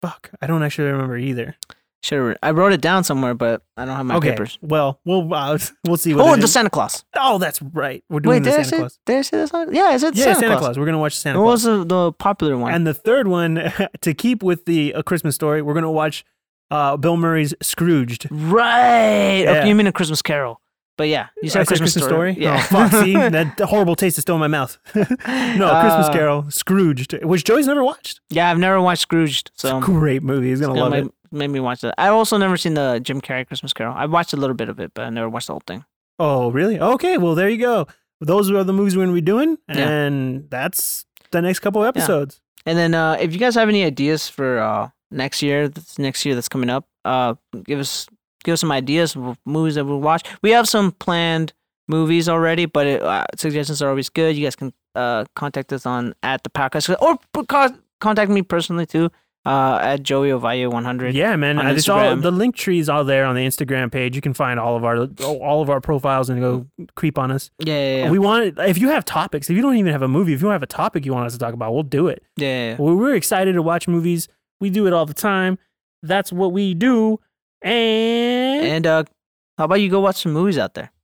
fuck. I don't actually remember either.
Should I wrote it down somewhere, but I don't have my
okay.
papers.
Well, we'll uh, we'll see. What
Oh,
it
the
is.
Santa Claus.
oh, that's right. We're doing
Wait,
the
did I,
Santa
say,
Claus.
did I say the Santa? Yeah, is it
Yeah,
Santa,
Santa, Claus.
Claus?
We're gonna watch Santa
What
Claus.
was the, the popular one?
And the third one to keep with the A Christmas Story, we're gonna watch uh, Bill Murray's Scrooged.
Right.
Yeah.
Okay, you mean a Christmas Carol? But yeah, you said
I
a Christmas, story. Yeah.
Oh, fuck. See, that horrible taste is still in my mouth. no, A Christmas
Uh,
Carol, Scrooged, which Joey's never watched.
yeah, I've never watched Scrooged, so
it's a great movie. He's gonna,
it's
love
gonna
it.
make, made me watch that. I've also never seen the Jim Carrey Christmas Carol. I watched a little bit of it, but I never watched the whole thing.
Oh, really? Okay. Well, there you go. Those are the movies we're gonna be doing,
Yeah.
and that's the next couple episodes.
And then uh, if you guys have any ideas for uh, next year, this next year that's coming up, uh, give us give us some ideas of movies that we'll watch. We have some planned movies already, but it, uh, suggestions are always good. You guys can uh, contact us on at the podcast or p- co- contact me personally too uh, at Joey Ovalle one hundred.
Yeah, man.
On
I just all
Instagram.
the link trees all there on the Instagram page. You can find all of our all of our profiles and go creep on us.
Yeah, yeah, yeah.
We want if you have topics, if you don't even have a movie, if you have a topic you want us to talk about, we'll do it.
yeah, yeah, yeah.
Well, we're excited to watch movies. We do it all the time. That's what we do. And,
And uh, how about you go watch some movies out there?